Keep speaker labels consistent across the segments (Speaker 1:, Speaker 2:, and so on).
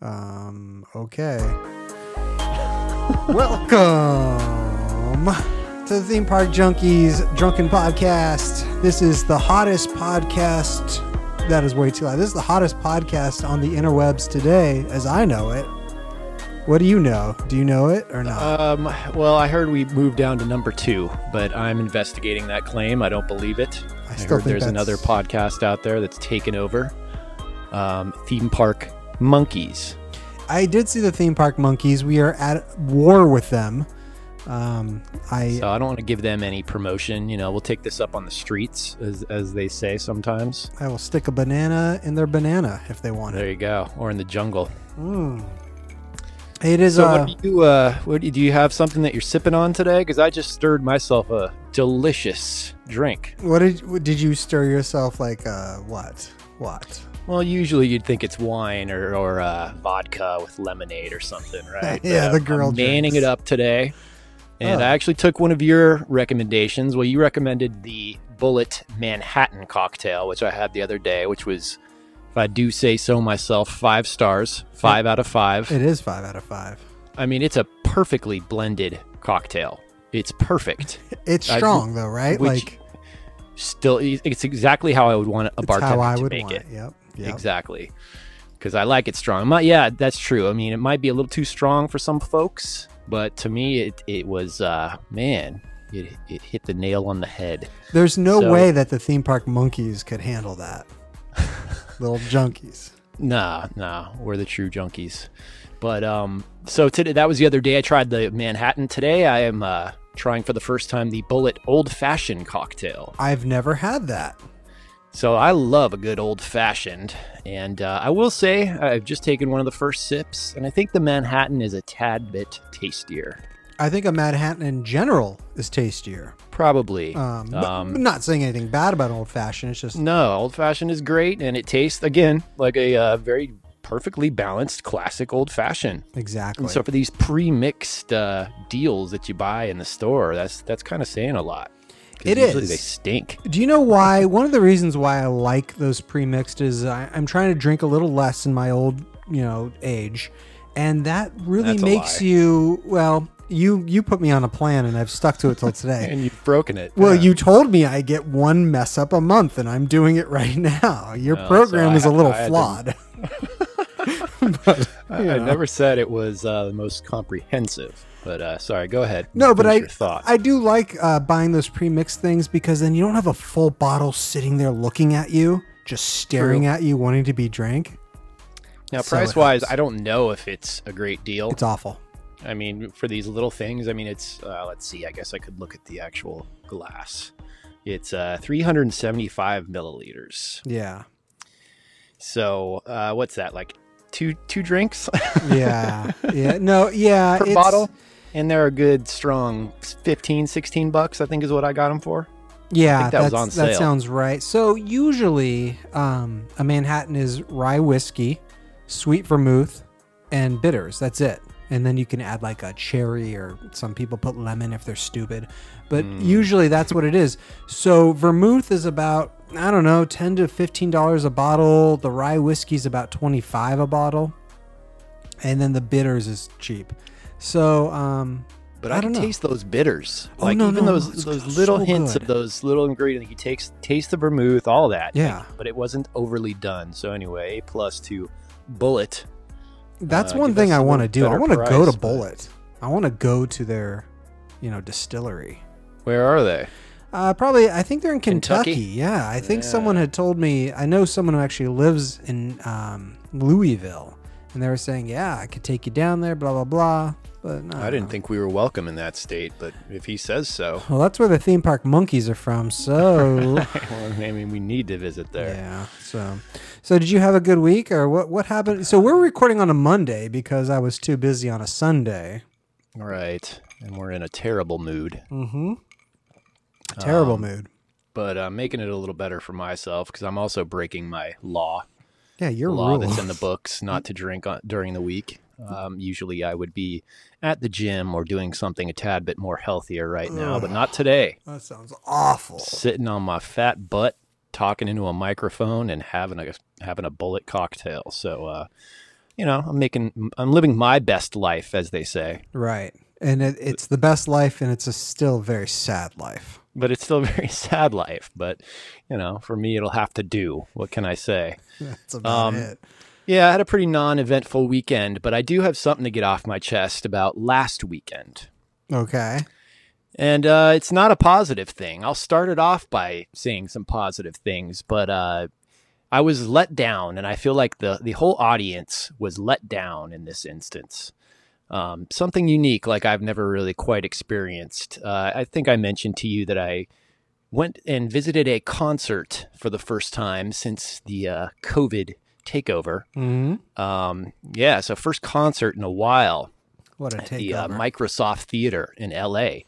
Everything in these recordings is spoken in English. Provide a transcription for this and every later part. Speaker 1: Um, okay. Welcome to the Theme Park Junkies Drunken Podcast. This is the hottest podcast. That is way too loud. This is the hottest podcast on the interwebs today, as I know it. What do you know? Do you know it or not?
Speaker 2: Um, well, I heard we moved down to number two, but I'm investigating that claim. I don't believe it.
Speaker 1: I still
Speaker 2: I, heard
Speaker 1: think that's-
Speaker 2: there's another podcast out there that's taken over. Um, theme park monkeys.
Speaker 1: I did see the theme park monkeys. We are at war with them. Um, I
Speaker 2: So I don't want to give them any promotion. You know, we'll take this up on the streets, as as they say sometimes.
Speaker 1: I will stick a banana in their banana if they want it.
Speaker 2: There you go, or in the jungle.
Speaker 1: Mm. It is
Speaker 2: So,
Speaker 1: uh,
Speaker 2: what do you? Uh, what do you, do you have something that you're sipping on today? Because I just stirred myself a delicious drink.
Speaker 1: what did what- did you stir yourself like? Uh, what what?
Speaker 2: Well, usually you'd think it's wine or, or uh, vodka with lemonade or something, right?
Speaker 1: Yeah,
Speaker 2: But
Speaker 1: the
Speaker 2: I'm-
Speaker 1: girl
Speaker 2: I'm manning
Speaker 1: drinks.
Speaker 2: it up today, and
Speaker 1: Oh.
Speaker 2: I actually took one of your recommendations. Well, you recommended the Bullet Manhattan cocktail, which I had the other day, which was, if I do say so myself, five stars, five out of five.
Speaker 1: It is five out of five.
Speaker 2: I mean, it's a perfectly blended cocktail. It's perfect.
Speaker 1: It's
Speaker 2: I-
Speaker 1: strong though, right?
Speaker 2: which
Speaker 1: like
Speaker 2: Still, it's exactly how I would want a
Speaker 1: it's
Speaker 2: bartender
Speaker 1: how I
Speaker 2: to
Speaker 1: would
Speaker 2: make
Speaker 1: want
Speaker 2: it.
Speaker 1: it. Yep. yep.
Speaker 2: Exactly. Because I like it strong. My, yeah, that's true. I mean, it might be a little too strong for some folks, but to me, it, it was, uh, man, it, it hit the nail on the head.
Speaker 1: There's no
Speaker 2: So-
Speaker 1: way that the theme park monkeys could handle that. Little junkies.
Speaker 2: Nah, nah, we're the true junkies. But, um, so today, that was the other day I tried the Manhattan. Today, I am, uh, trying for the first time the Bullet Old Fashioned cocktail.
Speaker 1: I've never had that.
Speaker 2: So I love a good old fashioned, and uh, I will say I've just taken one of the first sips, and I think the Manhattan is a tad bit tastier.
Speaker 1: I think a Manhattan in general is tastier.
Speaker 2: Probably.
Speaker 1: Um, but-
Speaker 2: Um, Mm,
Speaker 1: but not saying anything bad about old fashioned. It's just
Speaker 2: no, old fashioned is great, and it tastes again like a uh, very perfectly balanced classic old fashioned.
Speaker 1: exactly.
Speaker 2: And so for these pre-mixed uh, deals that you buy in the store, that's that's kind of saying a lot. 'Cause
Speaker 1: It
Speaker 2: usually
Speaker 1: is.
Speaker 2: They stink.
Speaker 1: Do you know why? One of the reasons why I like those pre-mixed is I, I'm trying to drink a little less in my old, you know, age, and that really
Speaker 2: That's a
Speaker 1: makes
Speaker 2: lie.
Speaker 1: you. Well, you you put me on a plan, and I've stuck to it till today.
Speaker 2: And you've broken it. Uh,
Speaker 1: Well,
Speaker 2: Yeah.
Speaker 1: you told me I get one mess up a month, and I'm doing it right now. Your
Speaker 2: Well, Oh, so
Speaker 1: program
Speaker 2: I
Speaker 1: is a
Speaker 2: had-
Speaker 1: little
Speaker 2: I had to-
Speaker 1: flawed.
Speaker 2: I, I never said it was uh, the most comprehensive, but uh, sorry. Go ahead.
Speaker 1: No, but
Speaker 2: Finish
Speaker 1: I
Speaker 2: your thought.
Speaker 1: I do like uh, buying those pre-mixed things because then you don't have a full bottle sitting there looking at you, just staring at you, wanting to be drank.
Speaker 2: now,
Speaker 1: so it
Speaker 2: price wise,
Speaker 1: helps.
Speaker 2: I don't know if it's a great deal.
Speaker 1: It's awful.
Speaker 2: I mean, for these little things, I mean, it's uh, let's see. I guess I could look at the actual glass. It's uh, 375 milliliters.
Speaker 1: Yeah.
Speaker 2: So uh, what's that like? Two two drinks
Speaker 1: yeah yeah no yeah
Speaker 2: per
Speaker 1: it's-
Speaker 2: bottle, and they're a good strong 15, 16 bucks. I think is what I got them for.
Speaker 1: yeah
Speaker 2: I think that was
Speaker 1: that's-
Speaker 2: on
Speaker 1: that
Speaker 2: sale.
Speaker 1: sounds right so usually um, a manhattan is rye whiskey sweet vermouth and bitters that's it and then you can add like a cherry or some people put lemon if they're stupid but
Speaker 2: Hmm.
Speaker 1: usually that's what it is so vermouth is about i don't know 10 to 15 dollars a bottle the rye whiskey's about 25 a bottle and then the bitters is cheap so um
Speaker 2: But
Speaker 1: I
Speaker 2: I, can
Speaker 1: don't know.
Speaker 2: taste those bitters,
Speaker 1: Oh,
Speaker 2: like
Speaker 1: no,
Speaker 2: even
Speaker 1: no, no,
Speaker 2: those
Speaker 1: it's
Speaker 2: those
Speaker 1: so
Speaker 2: little hints
Speaker 1: good.
Speaker 2: of those little ingredients. You taste taste the vermouth, all that.
Speaker 1: yeah
Speaker 2: But it wasn't overly done. So anyway, A plus to Bullet
Speaker 1: That's
Speaker 2: uh,
Speaker 1: one
Speaker 2: give
Speaker 1: thing
Speaker 2: us
Speaker 1: I
Speaker 2: a
Speaker 1: want to
Speaker 2: little
Speaker 1: do. I
Speaker 2: better
Speaker 1: want to go
Speaker 2: price,
Speaker 1: to
Speaker 2: but-
Speaker 1: Bullet. I want to go to their, you know, distillery.
Speaker 2: Where are they?
Speaker 1: Uh, probably, I think they're in Kentucky.
Speaker 2: Kentucky?
Speaker 1: Yeah, I think someone had told me. I know someone who actually lives in um, Louisville, and they were saying, "Yeah, I could take you down there." Blah blah blah. But no,
Speaker 2: I didn't think we were welcome in that state, but if he says so,
Speaker 1: Well, that's where the theme park monkeys are from. So
Speaker 2: well, I mean, we need to visit there.
Speaker 1: yeah. So, so did you have a good week, or what? What happened? So we're recording on a Monday because I was too busy on a Sunday.
Speaker 2: Right. And we're in a terrible mood,
Speaker 1: Mm-hmm. Terrible
Speaker 2: Um,
Speaker 1: mood.
Speaker 2: but I'm making it a little better for myself because I'm also breaking my law,
Speaker 1: Yeah, your
Speaker 2: the law
Speaker 1: rule.
Speaker 2: that's in the books, not to drink on, during the week. Um, usually I would be at the gym or doing something a tad bit more healthier right now, but not today.
Speaker 1: That sounds awful.
Speaker 2: Sitting on my fat butt, talking into a microphone and having a having a bullet cocktail. So uh, you know, I'm making, I'm living my best life, as they say.
Speaker 1: Right. And it, it's the best life, and it's a still very sad life.
Speaker 2: But it's still a very sad life. But you know, for me, it'll have to do. What can I say?
Speaker 1: That's about
Speaker 2: Um,
Speaker 1: it.
Speaker 2: Yeah, I had a pretty non-eventful weekend, but I do have something to get off my chest about last weekend.
Speaker 1: Okay.
Speaker 2: And uh, it's not a positive thing. I'll start it off by saying some positive things, but uh, I was let down, and I feel like the the whole audience was let down in this instance. Um, something unique, like I've never really quite experienced. Uh, I think I mentioned to you that I went and visited a concert for the first time since the uh, COVID takeover.
Speaker 1: hmm
Speaker 2: Um, yeah, so first concert in a while
Speaker 1: What a takeover.
Speaker 2: the uh, Microsoft Theater in LA.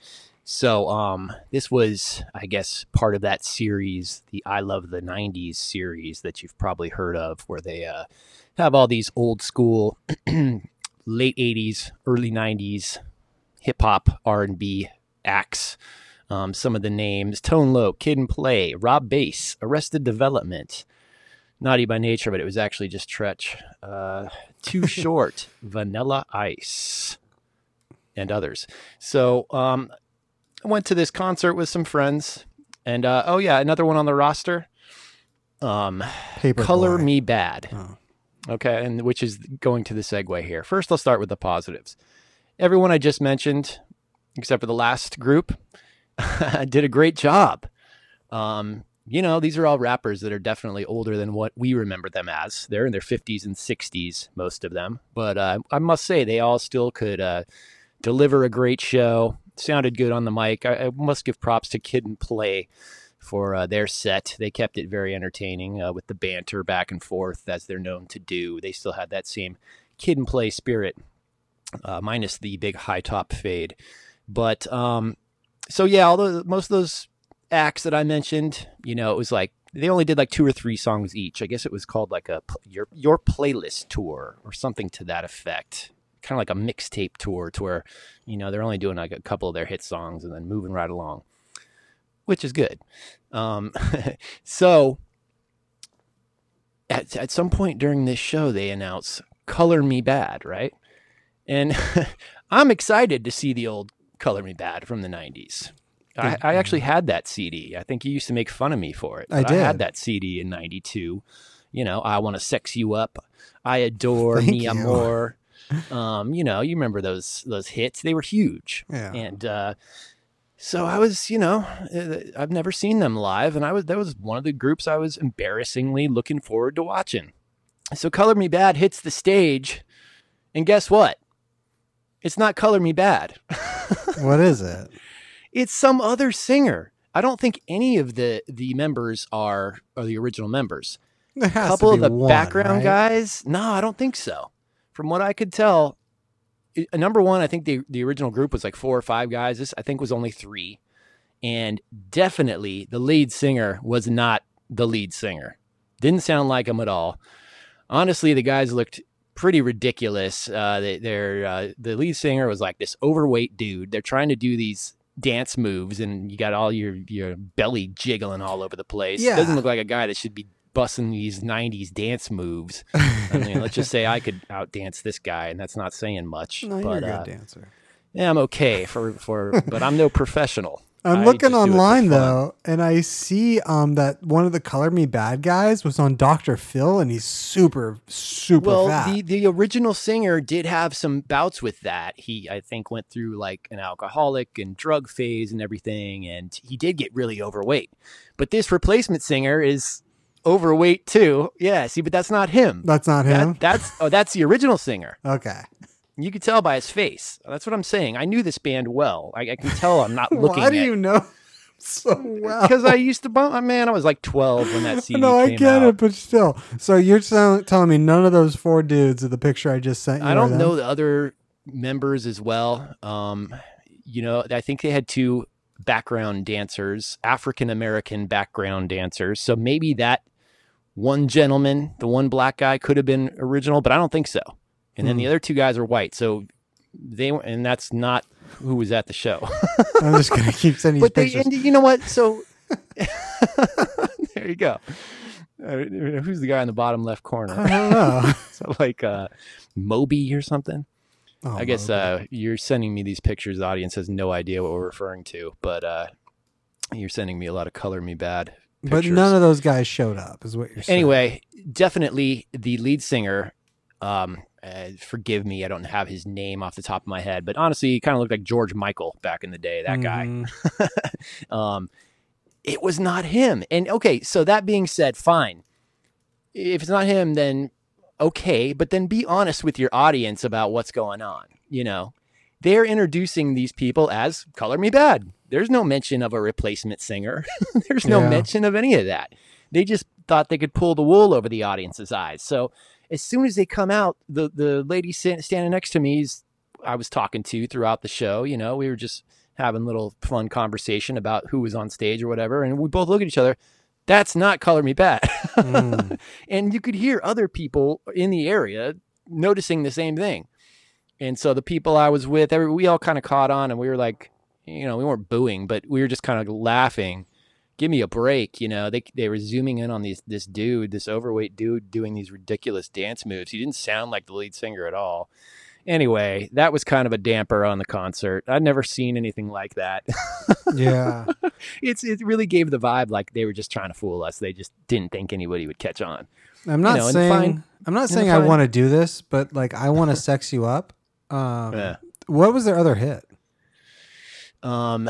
Speaker 2: So um, this was, I guess, part of that series, the I Love the 90s series that you've probably heard of, where they uh, have all these old school, late 80s, early 90s hip hop R&B acts. Um, some of the names, Tone Low, Kid and Play, Rob Bass, Arrested Development, Naughty by Nature, but it was actually just Tretch, uh, Too Short, Vanilla Ice and others. So um, I went to this concert with some friends, and uh, oh yeah, another one on the roster. Um,
Speaker 1: Paper
Speaker 2: color
Speaker 1: boy.
Speaker 2: me bad.
Speaker 1: Oh.
Speaker 2: Okay, and which is going to the segue here. First, I'll start with the positives. Everyone I just mentioned, except for the last group, did a great job. Um, you know, these are all rappers that are definitely older than what we remember them as. They're in their 50s and 60s, most of them. But uh, I must say, they all still could uh, deliver a great show. Sounded good on the mic. I, I must give props to Kid and Play for uh, their set. They kept it very entertaining uh, with the banter back and forth, as they're known to do. They still had that same kid and play spirit, uh, minus the big high top fade. But um, so yeah, although most of those acts that I mentioned, you know, it was like they only did like two or three songs each. I guess it was called like a pl- your your playlist tour or something to that effect. Kind of like a mixtape tour, to where you know they're only doing like a couple of their hit songs and then moving right along, which is good. Um, so at, at some point during this show, they announce Color Me Bad, right? And I'm excited to see the old Color Me Bad from the 90s. I, I actually had that CD. I think you used to make fun of me for it.
Speaker 1: I
Speaker 2: but I had
Speaker 1: did.
Speaker 2: that CD in 92. You know, I want to sex you up. I adore
Speaker 1: Thank
Speaker 2: Mia
Speaker 1: you.
Speaker 2: Moore. Um, you know, you remember those those hits? They were huge.
Speaker 1: Yeah.
Speaker 2: And uh, so I was, you know, uh, I've never seen them live, and I was that was one of the groups I was embarrassingly looking forward to watching. So Color Me Bad hits the stage, and guess what? It's not Color Me Bad.
Speaker 1: What is it?
Speaker 2: it's some other singer. I don't think any of the the members are are the original members.
Speaker 1: There
Speaker 2: A
Speaker 1: has
Speaker 2: couple
Speaker 1: to
Speaker 2: of
Speaker 1: be
Speaker 2: the
Speaker 1: one,
Speaker 2: background
Speaker 1: right?
Speaker 2: guys? No, I don't think so. From what I could tell, i- uh, number one, I think the the original group was like four or five guys. This I think was only three, and definitely the lead singer was not the lead singer. Didn't sound like him at all. Honestly, the guys looked pretty ridiculous. Uh, they, they're uh, the lead singer was like this overweight dude. They're trying to do these dance moves, and you got all your your belly jiggling all over the place.
Speaker 1: Yeah.
Speaker 2: Doesn't look like a guy that should be busting these '90s dance moves. I mean, let's just say I could outdance this guy, and that's not saying much.
Speaker 1: No, you're a
Speaker 2: but
Speaker 1: good
Speaker 2: uh,
Speaker 1: dancer.
Speaker 2: yeah, I'm okay for for, but I'm no professional.
Speaker 1: I'm
Speaker 2: I just
Speaker 1: looking
Speaker 2: do it for
Speaker 1: online
Speaker 2: fun.
Speaker 1: though, and I see um that one of the Color Me Bad guys was on Doctor Phil, and he's super super
Speaker 2: Well,
Speaker 1: fat.
Speaker 2: the the original singer did have some bouts with that. He I think went through like an alcoholic and drug phase and everything, and he did get really overweight. But this replacement singer is overweight too. Yeah, see, but that's not him.
Speaker 1: That's not him.
Speaker 2: That, that's oh, that's the original singer.
Speaker 1: okay.
Speaker 2: You could tell by his face. That's what I'm saying. I knew this band well. I, I can tell I'm not looking.
Speaker 1: Why do
Speaker 2: at,
Speaker 1: you know so well?
Speaker 2: Because I used to bump. oh, Man, I was like 12 when that CD
Speaker 1: no, I
Speaker 2: came
Speaker 1: get
Speaker 2: out.
Speaker 1: it, but still. So you're tell- telling me none of those four dudes of the picture I just sent you?
Speaker 2: I
Speaker 1: are
Speaker 2: don't
Speaker 1: them?
Speaker 2: know the other members as well. Um, you know, I think they had two background dancers, African American background dancers. So maybe that one gentleman, the one black guy, could have been original, but I don't think so. And
Speaker 1: Hmm.
Speaker 2: then the other two guys are white. So they were- and that's not who was at the show.
Speaker 1: I'm just gonna keep sending you
Speaker 2: but they,
Speaker 1: pictures.
Speaker 2: and you know what? So there you go. I don't know, who's the guy in the bottom left corner?
Speaker 1: I don't know.
Speaker 2: Is that like uh, Moby or something?
Speaker 1: Oh,
Speaker 2: I guess
Speaker 1: Moby.
Speaker 2: uh, you're sending me these pictures. The audience has no idea what we're referring to, but uh, you're sending me a lot of color me bad.
Speaker 1: but
Speaker 2: pictures.
Speaker 1: none of those guys showed up, is what you're saying.
Speaker 2: Anyway, definitely the lead singer. Um, uh, forgive me, I don't have his name off the top of my head, but honestly, he kind of looked like George Michael back in the day. That guy.
Speaker 1: Mhm.
Speaker 2: um, it was not him. And okay, so that being said, fine. If it's not him, then okay, but then be honest with your audience about what's going on. You know, they're introducing these people as color me bad. There's no mention of a replacement singer, there's no
Speaker 1: Yeah.
Speaker 2: mention of any of that. They just thought they could pull the wool over the audience's eyes. So as soon as they come out, the, the lady sa- standing next to me is I was talking to throughout the show. You know, we were just having little fun conversation about who was on stage or whatever, and we both look at each other. That's not color me bad.
Speaker 1: Mm.
Speaker 2: and you could hear other people in the area noticing the same thing. And so the people I was with, every, we all kind of caught on, and we were like, you know, we weren't booing, but we were just kind of laughing. Give me a break, you know. They they were zooming in on these this dude, this overweight dude doing these ridiculous dance moves. He didn't sound like the lead singer at all. Anyway, that was kind of a damper on the concert. I'd never seen anything like that.
Speaker 1: yeah.
Speaker 2: it's it really gave the vibe like they were just trying to fool us. They just didn't think anybody would catch on.
Speaker 1: I'm not
Speaker 2: know, and
Speaker 1: saying
Speaker 2: fine-
Speaker 1: I'm not saying I
Speaker 2: fine.
Speaker 1: want to do this, but like I want to sex you up. Um,
Speaker 2: Yeah.
Speaker 1: What was their other hit?
Speaker 2: Um,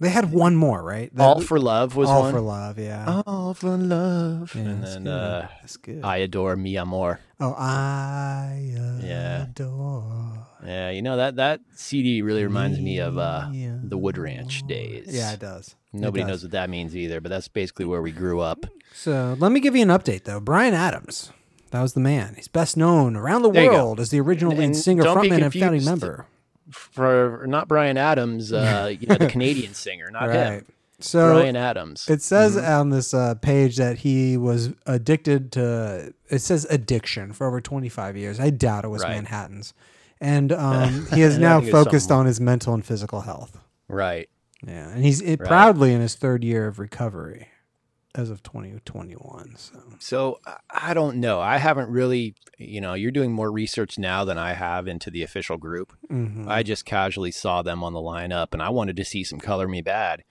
Speaker 1: They had one more, right? That-
Speaker 2: All for Love was
Speaker 1: All
Speaker 2: one.
Speaker 1: for love. Yeah.
Speaker 2: All for Love,
Speaker 1: Yeah,
Speaker 2: and
Speaker 1: that's
Speaker 2: then
Speaker 1: good.
Speaker 2: uh,
Speaker 1: that's good.
Speaker 2: I adore Mi Amor.
Speaker 1: oh, I
Speaker 2: Yeah.
Speaker 1: adore.
Speaker 2: Yeah, you know that that CD really reminds me of uh,
Speaker 1: Yeah.
Speaker 2: the Wood Ranch days.
Speaker 1: Yeah, it does. It
Speaker 2: Nobody
Speaker 1: does.
Speaker 2: knows what that means either, but that's basically where we grew up.
Speaker 1: So let me give you an update, though. Brian Adams, that was the man. He's best known around the
Speaker 2: There you go.
Speaker 1: world as the original
Speaker 2: And-
Speaker 1: lead
Speaker 2: and
Speaker 1: singer,
Speaker 2: don't be
Speaker 1: frontman, and founding
Speaker 2: confused.
Speaker 1: member.
Speaker 2: For not Brian Adams, uh, you know the Canadian singer, not him.
Speaker 1: So
Speaker 2: Brian Adams.
Speaker 1: it says
Speaker 2: Mm-hmm.
Speaker 1: on this uh, page that he was addicted to. It says addiction for over 25 years. I doubt it was
Speaker 2: Right.
Speaker 1: Manhattan's, and um, he is
Speaker 2: I
Speaker 1: now
Speaker 2: think it was
Speaker 1: focused
Speaker 2: something.
Speaker 1: on his mental and physical health.
Speaker 2: right.
Speaker 1: Yeah, and he's it, proudly in his third year of recovery, as of 2021. So
Speaker 2: So I- I don't know. I haven't really, you know, you're doing more research now than I have into the official group.
Speaker 1: mhm.
Speaker 2: I just casually saw them on the lineup, and I wanted to see some color me bad.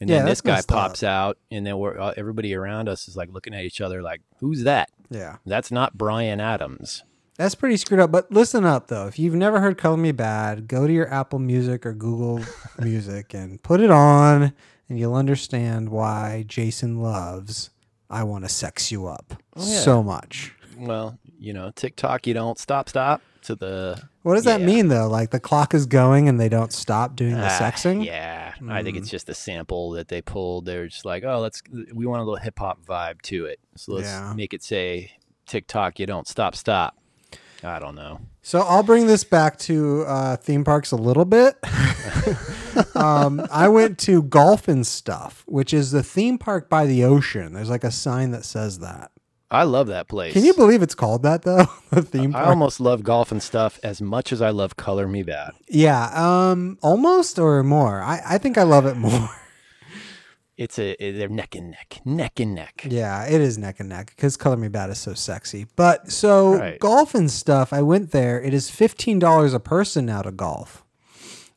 Speaker 2: And
Speaker 1: Yeah,
Speaker 2: then
Speaker 1: that's
Speaker 2: this guy
Speaker 1: messed up.
Speaker 2: pops out, and then we're, uh, everybody around us is like looking at each other, like, "Who's that?
Speaker 1: yeah,
Speaker 2: That's not Brian Adams."
Speaker 1: that's pretty screwed up. But listen up though, if you've never heard "Color Me Bad," go to your Apple Music or Google Music and put it on, and you'll understand why Jason loves "I Want to Sex You Up"
Speaker 2: Oh, yeah.
Speaker 1: so much.
Speaker 2: Well, you know, TikTok, you don't stop, stop to the
Speaker 1: What does that
Speaker 2: Yeah.
Speaker 1: mean though? Like the clock is going and they don't stop doing the
Speaker 2: Ah,
Speaker 1: sexing. Mm-hmm.
Speaker 2: Yeah, I think it's just a sample that they pulled. They're just like, "Oh, let's we want a little hip hop vibe to it, so let's
Speaker 1: Yeah.
Speaker 2: make it say TikTok, you don't stop, stop." I don't know.
Speaker 1: So I'll bring this back to uh, theme parks a little bit. um, I went to Golf and Stuff, which is the theme park by the ocean. There's like a sign that says that.
Speaker 2: I love that place.
Speaker 1: Can you believe it's called that though? the theme
Speaker 2: I
Speaker 1: park.
Speaker 2: almost love golf and stuff as much as I love color me bad.
Speaker 1: yeah, um, almost or more. I, I think I love it more.
Speaker 2: It's a it- they're neck and neck, neck and neck.
Speaker 1: Yeah, it is neck and neck because Color Me Bad is so sexy. But so
Speaker 2: Right.
Speaker 1: golf and stuff. I went there. It is fifteen dollars a person now to golf,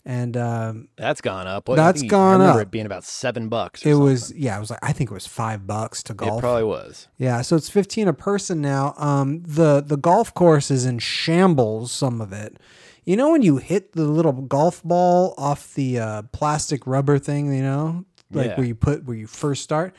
Speaker 1: and um,
Speaker 2: That's gone up. What- I
Speaker 1: That's
Speaker 2: think-
Speaker 1: gone
Speaker 2: I remember
Speaker 1: up.
Speaker 2: it being about seven bucks. Or
Speaker 1: it
Speaker 2: something.
Speaker 1: was yeah. I was like I think it was five bucks to golf.
Speaker 2: It probably was.
Speaker 1: Yeah, so it's 15 a person now. Um the the golf course is in shambles some of it. You know when you hit the little golf ball off the uh, plastic rubber thing, you know, like
Speaker 2: Yeah.
Speaker 1: where you put where you first start,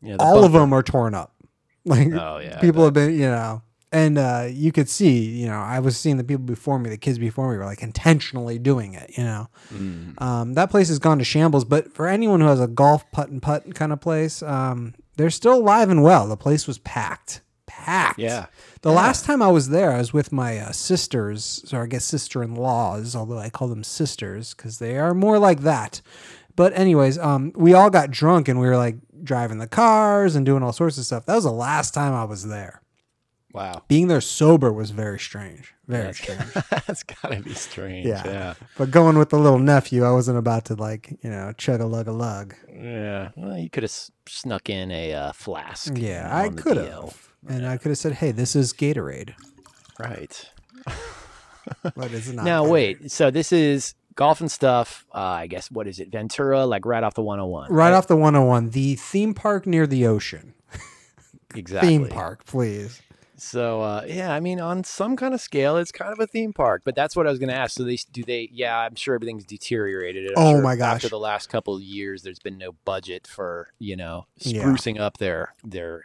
Speaker 2: Yeah,
Speaker 1: all of them are torn up. Like
Speaker 2: Oh yeah. I
Speaker 1: people
Speaker 2: bet.
Speaker 1: have been, you know, and uh, you could see, you know, I was seeing the people before me, the kids before me were like intentionally doing it, you know.
Speaker 2: Mm.
Speaker 1: Um, that place has gone to shambles, but for anyone who has a golf putt and putt kind of place, um, they're still alive and well. The place was packed, packed.
Speaker 2: Yeah.
Speaker 1: The last time I was there, I was with my uh, sisters, or I guess sister-in-laws, although I call them sisters because they are more like that. But anyways, um, we all got drunk and we were like driving the cars and doing all sorts of stuff. That was the last time I was there.
Speaker 2: Wow.
Speaker 1: Being there sober was very strange. Very
Speaker 2: That's,
Speaker 1: strange.
Speaker 2: that's gotta be strange.
Speaker 1: Yeah.
Speaker 2: Yeah.
Speaker 1: But going with the little nephew, I wasn't about to like, you know, chug a lug a lug.
Speaker 2: Yeah. Well, you could have snuck in a uh, flask. you
Speaker 1: Yeah,
Speaker 2: know,
Speaker 1: I
Speaker 2: on the
Speaker 1: could
Speaker 2: DL.
Speaker 1: have. And I could have said, hey, this is Gatorade.
Speaker 2: Right.
Speaker 1: But it's not.
Speaker 2: Now
Speaker 1: Gatorade.
Speaker 2: wait. So this is golf and stuff. Uh, I guess what is it? Ventura, like right off the 101.
Speaker 1: Right off the 101, the theme park near the ocean.
Speaker 2: Exactly.
Speaker 1: Theme park, please.
Speaker 2: So uh, yeah, I mean, on some kind of scale, it's kind of a theme park. But that's what I was going to ask. So they do they? Yeah, I'm sure everything's deteriorated. I'm
Speaker 1: Oh
Speaker 2: sure
Speaker 1: my
Speaker 2: After
Speaker 1: gosh.
Speaker 2: the last couple of years, there's been no budget for you know
Speaker 1: Yeah.
Speaker 2: sprucing up their their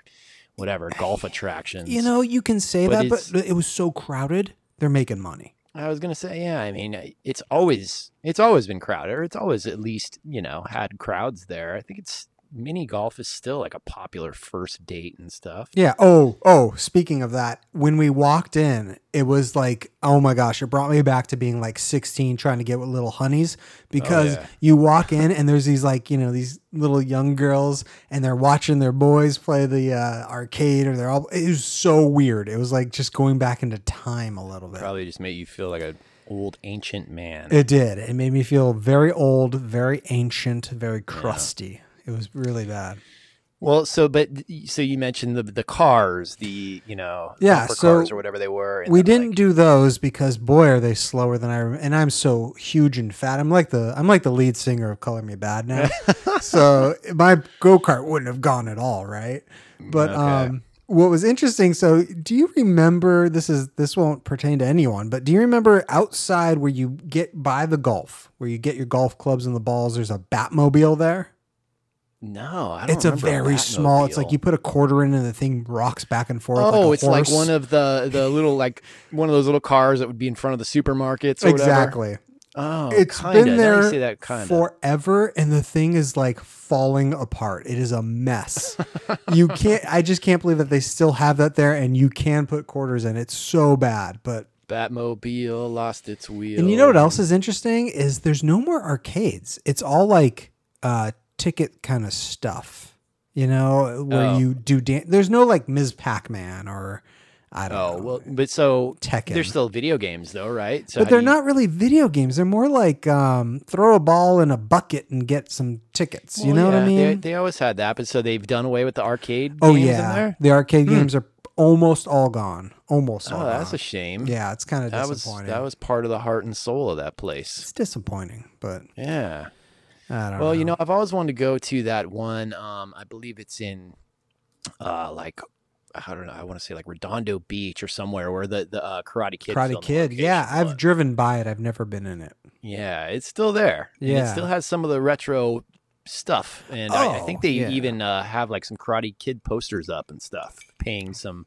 Speaker 2: whatever golf attractions.
Speaker 1: You know, you can say
Speaker 2: But
Speaker 1: that, but it was so crowded. They're making money.
Speaker 2: I was going to say yeah. I mean, it's always it's always been crowded. Or it's always at least you know had crowds there. I think it's mini golf is still like a popular first date and stuff.
Speaker 1: Yeah. Oh, oh, speaking of that, when we walked in, it was like, oh my gosh, it brought me back to being like 16 trying to get with little honeys because
Speaker 2: yeah.
Speaker 1: you walk in and there's these like, you know, these little young girls and they're watching their boys play the uh, arcade or they're all, it was so weird. It was like just going back into time a little bit.
Speaker 2: Probably just made you feel like an old ancient man.
Speaker 1: It did. It made me feel very old, very ancient, very crusty. It was really bad.
Speaker 2: Well, so but y- so you mentioned the the cars, the you know
Speaker 1: Yeah,
Speaker 2: bumper
Speaker 1: so
Speaker 2: cars or whatever they were. and
Speaker 1: we
Speaker 2: then,
Speaker 1: didn't
Speaker 2: like-
Speaker 1: do those because boy are they slower than I remember. And I'm so huge and fat. I'm like the I'm like the lead singer of Color Me Bad now. so my go kart wouldn't have gone at all, right? But
Speaker 2: Okay.
Speaker 1: um, what was interesting? So do you remember this is this won't pertain to anyone, but do you remember outside where you get by the golf, where you get your golf clubs and the balls? There's a Batmobile there.
Speaker 2: no, I don't
Speaker 1: It's a
Speaker 2: remember
Speaker 1: very small. It's like
Speaker 2: Batmobile.
Speaker 1: you put a quarter in and the thing rocks back and forth.
Speaker 2: Oh,
Speaker 1: like a
Speaker 2: it's
Speaker 1: horse.
Speaker 2: like one of the the little like one of those little cars that would be in front of the supermarkets or whatever.
Speaker 1: exactly.
Speaker 2: Oh,
Speaker 1: It's
Speaker 2: kinda.
Speaker 1: been
Speaker 2: Now you
Speaker 1: there
Speaker 2: say that kinda.
Speaker 1: forever, and the thing is like falling apart. It is a mess. you can't. I just can't believe that they still have that there, and you can put quarters in. It's so bad, but
Speaker 2: Batmobile lost its wheel.
Speaker 1: and you know what else is interesting is there's no more arcades. It's all like uh, ticket kind of stuff. You know where
Speaker 2: Oh.
Speaker 1: you do dance. There's no like Ms. Pac-Man or I don't
Speaker 2: Oh
Speaker 1: know
Speaker 2: well, but so
Speaker 1: Tekken.
Speaker 2: there's still video games though, right? So
Speaker 1: but
Speaker 2: how
Speaker 1: they're
Speaker 2: do you-
Speaker 1: not really video games. They're more like um, throw a ball in a bucket and get some tickets. you
Speaker 2: Well,
Speaker 1: know what I
Speaker 2: yeah, They,
Speaker 1: mean?
Speaker 2: they always had that, but so they've done away with the arcade.
Speaker 1: oh
Speaker 2: games in
Speaker 1: yeah,
Speaker 2: there? Hmm.
Speaker 1: the arcade games are almost all gone. Almost all
Speaker 2: Oh, that's
Speaker 1: gone.
Speaker 2: a shame.
Speaker 1: yeah, it's kind of
Speaker 2: that was
Speaker 1: disappointing.
Speaker 2: that was part of the heart and soul of that place.
Speaker 1: it's disappointing, but
Speaker 2: Yeah.
Speaker 1: I don't.
Speaker 2: Well, you know, I've always wanted to go to that one. Um, I believe it's in, uh, like, I don't know. I want to say like Redondo Beach or somewhere where the the uh, Karate Kid.
Speaker 1: Karate
Speaker 2: filmed the
Speaker 1: Kid. Yeah,
Speaker 2: location
Speaker 1: I've
Speaker 2: was.
Speaker 1: driven by it. I've never been in it.
Speaker 2: Yeah, it's still there. and
Speaker 1: Yeah.
Speaker 2: it still has some of the retro stuff, and I, I
Speaker 1: Oh,
Speaker 2: think they
Speaker 1: yeah.
Speaker 2: even uh, have like some Karate Kid posters up and stuff, paying some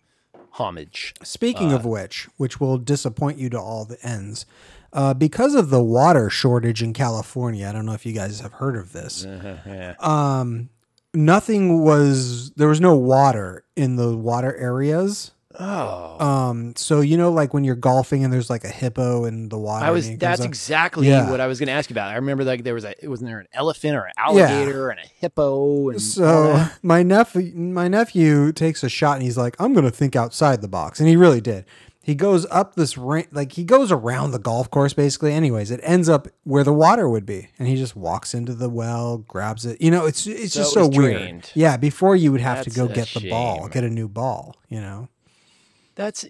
Speaker 2: homage.
Speaker 1: Speaking
Speaker 2: Uh,
Speaker 1: of which, which will disappoint you to all the ends, uh, because of the water shortage in California. I don't know if you guys have heard of this.
Speaker 2: yeah.
Speaker 1: um nothing was there was no water in the water areas
Speaker 2: Oh.
Speaker 1: um so you know like when you're golfing and there's like a hippo in the water
Speaker 2: I was.
Speaker 1: and it comes
Speaker 2: That's
Speaker 1: up-
Speaker 2: exactly
Speaker 1: Yeah.
Speaker 2: what I was going to ask you about. I remember like there was a. Wasn't there an elephant or an
Speaker 1: Yeah.
Speaker 2: alligator and a hippo? And all
Speaker 1: so
Speaker 2: that?
Speaker 1: my nephew my nephew takes a shot and he's like i'm gonna think outside the box and he really did he goes up this ra- like he goes around the golf course basically anyways it ends up where the water would be and he just walks into the well grabs it you know it's it's
Speaker 2: So
Speaker 1: just
Speaker 2: it
Speaker 1: so
Speaker 2: was
Speaker 1: weird
Speaker 2: drained.
Speaker 1: yeah before you would have to
Speaker 2: That's
Speaker 1: go
Speaker 2: a
Speaker 1: get the ball
Speaker 2: shame.
Speaker 1: get a new ball you know
Speaker 2: that's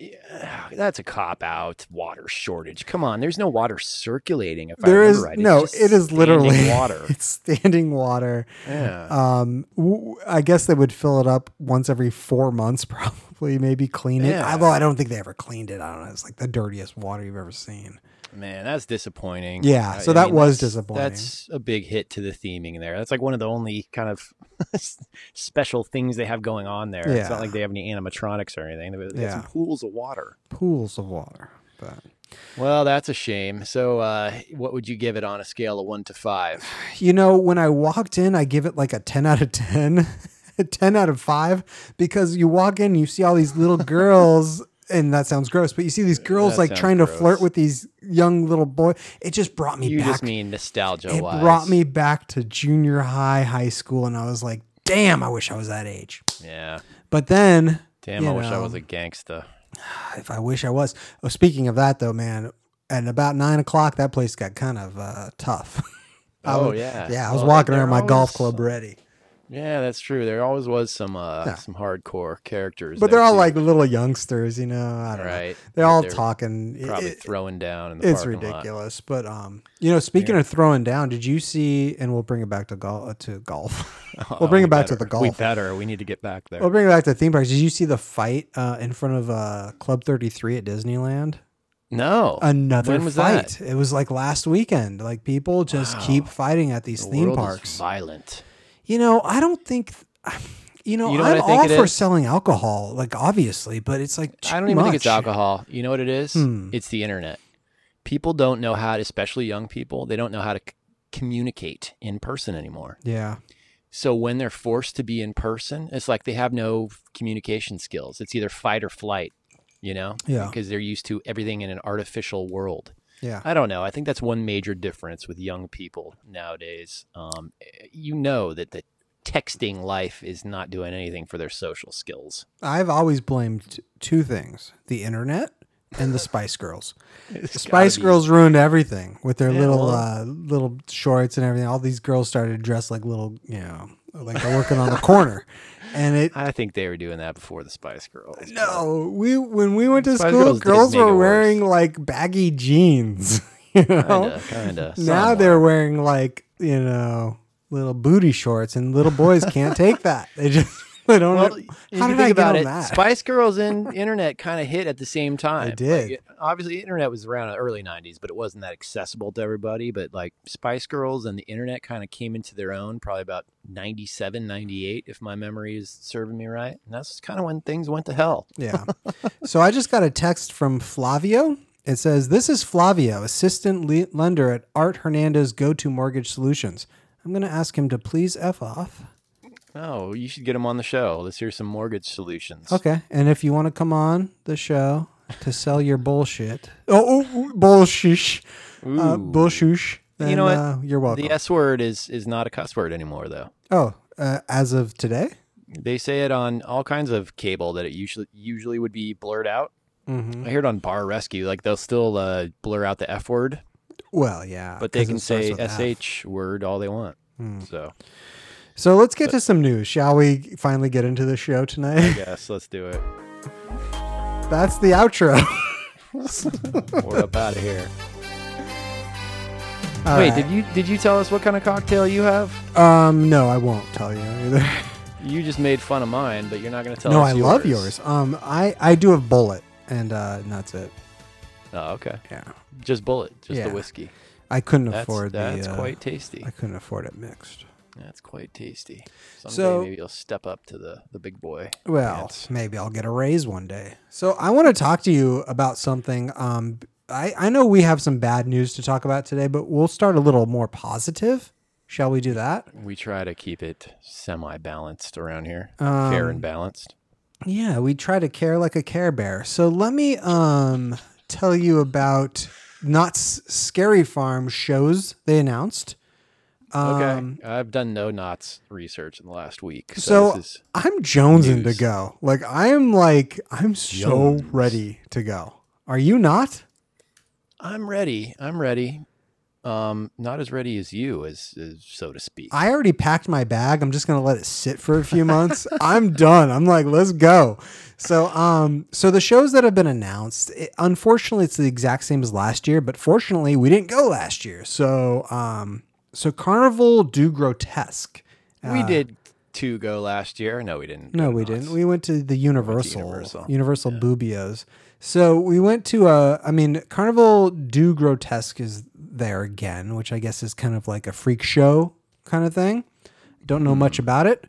Speaker 2: that's a cop out. Water shortage. Come on, there's no water circulating. If I
Speaker 1: There
Speaker 2: remember
Speaker 1: is
Speaker 2: right. It's
Speaker 1: no.
Speaker 2: just
Speaker 1: It is
Speaker 2: standing
Speaker 1: literally
Speaker 2: water.
Speaker 1: It's standing water.
Speaker 2: yeah.
Speaker 1: Um, w- I guess they would fill it up once every four months, probably. Maybe clean it.
Speaker 2: Yeah.
Speaker 1: Although I don't think they ever cleaned it. I don't know. It's like the dirtiest water you've ever seen.
Speaker 2: Man, that's disappointing.
Speaker 1: Yeah,
Speaker 2: I-
Speaker 1: so
Speaker 2: I
Speaker 1: that
Speaker 2: mean,
Speaker 1: was
Speaker 2: that's-
Speaker 1: disappointing.
Speaker 2: That's a big hit to the theming there. That's like one of the only kind of special things they have going on there. It's
Speaker 1: Yeah.
Speaker 2: not like they have any animatronics or anything. They've got
Speaker 1: Yeah.
Speaker 2: some pools of water.
Speaker 1: Pools of water. But
Speaker 2: Well, that's a shame. So, uh, what would you give it on a scale of one to five?
Speaker 1: you know, when I walked in, I give it like a ten out of ten. a 10 out of 5 because you walk in you see all these little girls and that sounds gross but you see these girls
Speaker 2: That
Speaker 1: like
Speaker 2: sounds
Speaker 1: trying to
Speaker 2: gross.
Speaker 1: flirt with these young little boys it just brought me
Speaker 2: You
Speaker 1: back
Speaker 2: just mean nostalgia
Speaker 1: it
Speaker 2: wise.
Speaker 1: brought me back to junior high, high school, and I was like, damn, I wish I was that age.
Speaker 2: Yeah.
Speaker 1: But then,
Speaker 2: Damn,
Speaker 1: you
Speaker 2: I wish I
Speaker 1: know,
Speaker 2: was a gangsta.
Speaker 1: If I wish I was. Oh, speaking of that, though, man, at about nine o'clock, that place got kind of uh, tough. I
Speaker 2: oh
Speaker 1: was-
Speaker 2: yeah,
Speaker 1: Yeah, I was
Speaker 2: Well,
Speaker 1: walking
Speaker 2: there
Speaker 1: around my golf
Speaker 2: always-
Speaker 1: club ready.
Speaker 2: Yeah, that's true. There always was some uh
Speaker 1: Yeah.
Speaker 2: some hardcore characters,
Speaker 1: But they're
Speaker 2: there,
Speaker 1: all
Speaker 2: too.
Speaker 1: like little youngsters, you know. I don't know.
Speaker 2: right.
Speaker 1: They're
Speaker 2: that
Speaker 1: all
Speaker 2: they were
Speaker 1: talking. It-
Speaker 2: Probably
Speaker 1: it-
Speaker 2: throwing down in the
Speaker 1: it's
Speaker 2: parking lot.
Speaker 1: ridiculous. But um, you know, speaking of throwing down, did you see? And we'll bring it back to golf. To golf,
Speaker 2: Oh,
Speaker 1: we'll bring
Speaker 2: we
Speaker 1: it back to the
Speaker 2: better- We
Speaker 1: golf.
Speaker 2: better. We need to get back there.
Speaker 1: We'll bring it back to theme parks. Did you see the fight uh, in front of uh, Club Thirty Three at Disneyland?
Speaker 2: no,
Speaker 1: Another
Speaker 2: When was
Speaker 1: fight.
Speaker 2: that?
Speaker 1: It was like last weekend. Like people just
Speaker 2: Wow.
Speaker 1: keep fighting at these
Speaker 2: the
Speaker 1: theme
Speaker 2: world is
Speaker 1: parks.
Speaker 2: violent.
Speaker 1: You know, I don't think. You know,
Speaker 2: You know what
Speaker 1: I'm
Speaker 2: I think
Speaker 1: all
Speaker 2: it
Speaker 1: for
Speaker 2: is?
Speaker 1: selling alcohol, like obviously, but it's like too
Speaker 2: I don't even think it's
Speaker 1: much.
Speaker 2: alcohol. You know what it is?
Speaker 1: Hmm.
Speaker 2: It's the internet. People don't know how to, especially young people, they don't know how to c- communicate in person anymore.
Speaker 1: Yeah,
Speaker 2: So when they're forced to be in person, it's like they have no communication skills. It's either fight or flight, you know?
Speaker 1: Yeah.
Speaker 2: Because they're used to everything in an artificial world.
Speaker 1: yeah,
Speaker 2: I don't know. I think that's one major difference with young people nowadays. Um, you know that the texting life is not doing anything for their social skills.
Speaker 1: I've always blamed two things the internet and the Spice Girls.
Speaker 2: It's
Speaker 1: The Spice
Speaker 2: gotta be-
Speaker 1: Girls ruined everything with their
Speaker 2: Yeah,
Speaker 1: little
Speaker 2: well-
Speaker 1: uh, little shorts and everything. All these girls started to dress like little, you know, like they're working on the corner. And it,
Speaker 2: I think they were doing that before the Spice Girls. but-
Speaker 1: no, we when we went to
Speaker 2: Spice
Speaker 1: school,
Speaker 2: Girls did
Speaker 1: girls
Speaker 2: make it
Speaker 1: were
Speaker 2: worse.
Speaker 1: wearing like baggy jeans. You know,
Speaker 2: Kinda, kinda.
Speaker 1: now they're wearing like you know little booty shorts, and little boys can't take that. They just they don't.
Speaker 2: Well,
Speaker 1: know-
Speaker 2: if
Speaker 1: how
Speaker 2: you
Speaker 1: did
Speaker 2: think
Speaker 1: I get
Speaker 2: about
Speaker 1: on
Speaker 2: it,
Speaker 1: that?
Speaker 2: Spice Girls and internet kind of hit at the same time. Like,
Speaker 1: did.
Speaker 2: obviously, internet was around in the early '90s, but it wasn't that accessible to everybody. But like Spice Girls and the internet kind of came into their own, probably about '97, '98, if my memory is serving me right. And that's kind of when things went to hell.
Speaker 1: Yeah. so I just got a text from Flavio. It says, This is Flavio, assistant le- lender at Art Hernandez Go To Mortgage Solutions. I'm going to ask him to please F off.
Speaker 2: Oh, you should get them on the show. Let's hear some mortgage solutions.
Speaker 1: Okay. And if you want to come on the show to sell your bullshit, oh, oh, oh, bullshish, uh,
Speaker 2: Ooh.
Speaker 1: bullshish, then
Speaker 2: You know what?
Speaker 1: Uh, you're welcome.
Speaker 2: The S word is is not a cuss word anymore, though.
Speaker 1: oh, uh, as of today?
Speaker 2: They say it on all kinds of cable that it usually usually would be blurred out.
Speaker 1: Mm-hmm.
Speaker 2: I hear it on Bar Rescue, like they'll still uh, blur out the F word,
Speaker 1: Well, yeah.
Speaker 2: but they
Speaker 1: 'cause it
Speaker 2: can
Speaker 1: starts
Speaker 2: say
Speaker 1: with F. Hmm.
Speaker 2: SH word all they want. So
Speaker 1: So let's get to some news. Shall we finally get into the show tonight?
Speaker 2: yes, let's do it.
Speaker 1: That's the outro.
Speaker 2: We're up out of here.
Speaker 1: All
Speaker 2: Wait,
Speaker 1: right.
Speaker 2: did you did you tell us what kind of cocktail you have?
Speaker 1: Um, no, I won't tell you either.
Speaker 2: You just made fun of mine, but you're not going to tell
Speaker 1: no,
Speaker 2: us.
Speaker 1: I love yours. Um, I I do have bullet, and uh, and that's it.
Speaker 2: Oh, okay.
Speaker 1: Yeah,
Speaker 2: Just bullet, just
Speaker 1: Yeah.
Speaker 2: the whiskey.
Speaker 1: I couldn't
Speaker 2: That's
Speaker 1: afford
Speaker 2: that's
Speaker 1: the. Uh,
Speaker 2: quite tasty.
Speaker 1: I couldn't afford it mixed.
Speaker 2: That's quite tasty. Someday
Speaker 1: So-
Speaker 2: maybe you'll step up to the the big boy.
Speaker 1: Well,
Speaker 2: pants.
Speaker 1: maybe I'll get a raise one day. So I want to talk to you about something. Um, I I know we have some bad news to talk about today, but we'll start a little more positive. Shall we do that?
Speaker 2: we try to keep it semi balanced around here,
Speaker 1: Um,
Speaker 2: fair and balanced.
Speaker 1: Yeah, we try to care like a care bear. So let me um tell you about not S- scary farm shows they announced. Um,
Speaker 2: okay, I've done no knots research in the last week,
Speaker 1: So,
Speaker 2: so, this is
Speaker 1: I'm jonesing
Speaker 2: News.
Speaker 1: to go. Like I am like I'm so
Speaker 2: Jones.
Speaker 1: ready to go. Are you not?
Speaker 2: I'm ready. I'm ready. Um, not as ready as you, as, as so to speak.
Speaker 1: I already packed my bag. I'm just gonna let it sit for a few months. I'm done. I'm like, let's go. So, um, so the shows that have been announced, it, unfortunately, it's the exact same as last year. But fortunately, we didn't go last year. So, um, so Carnival do grotesque.
Speaker 2: we
Speaker 1: Uh,
Speaker 2: did two go last year. No, we didn't.
Speaker 1: No,
Speaker 2: go
Speaker 1: we
Speaker 2: to
Speaker 1: didn't.
Speaker 2: knots.
Speaker 1: We went to the Universal Universal,
Speaker 2: Universal.
Speaker 1: Boobios. So we went to uh I mean Carnival do Grotesque is there again, which I guess is kind of like a freak show kind of thing. Don't know
Speaker 2: Hmm.
Speaker 1: much about it.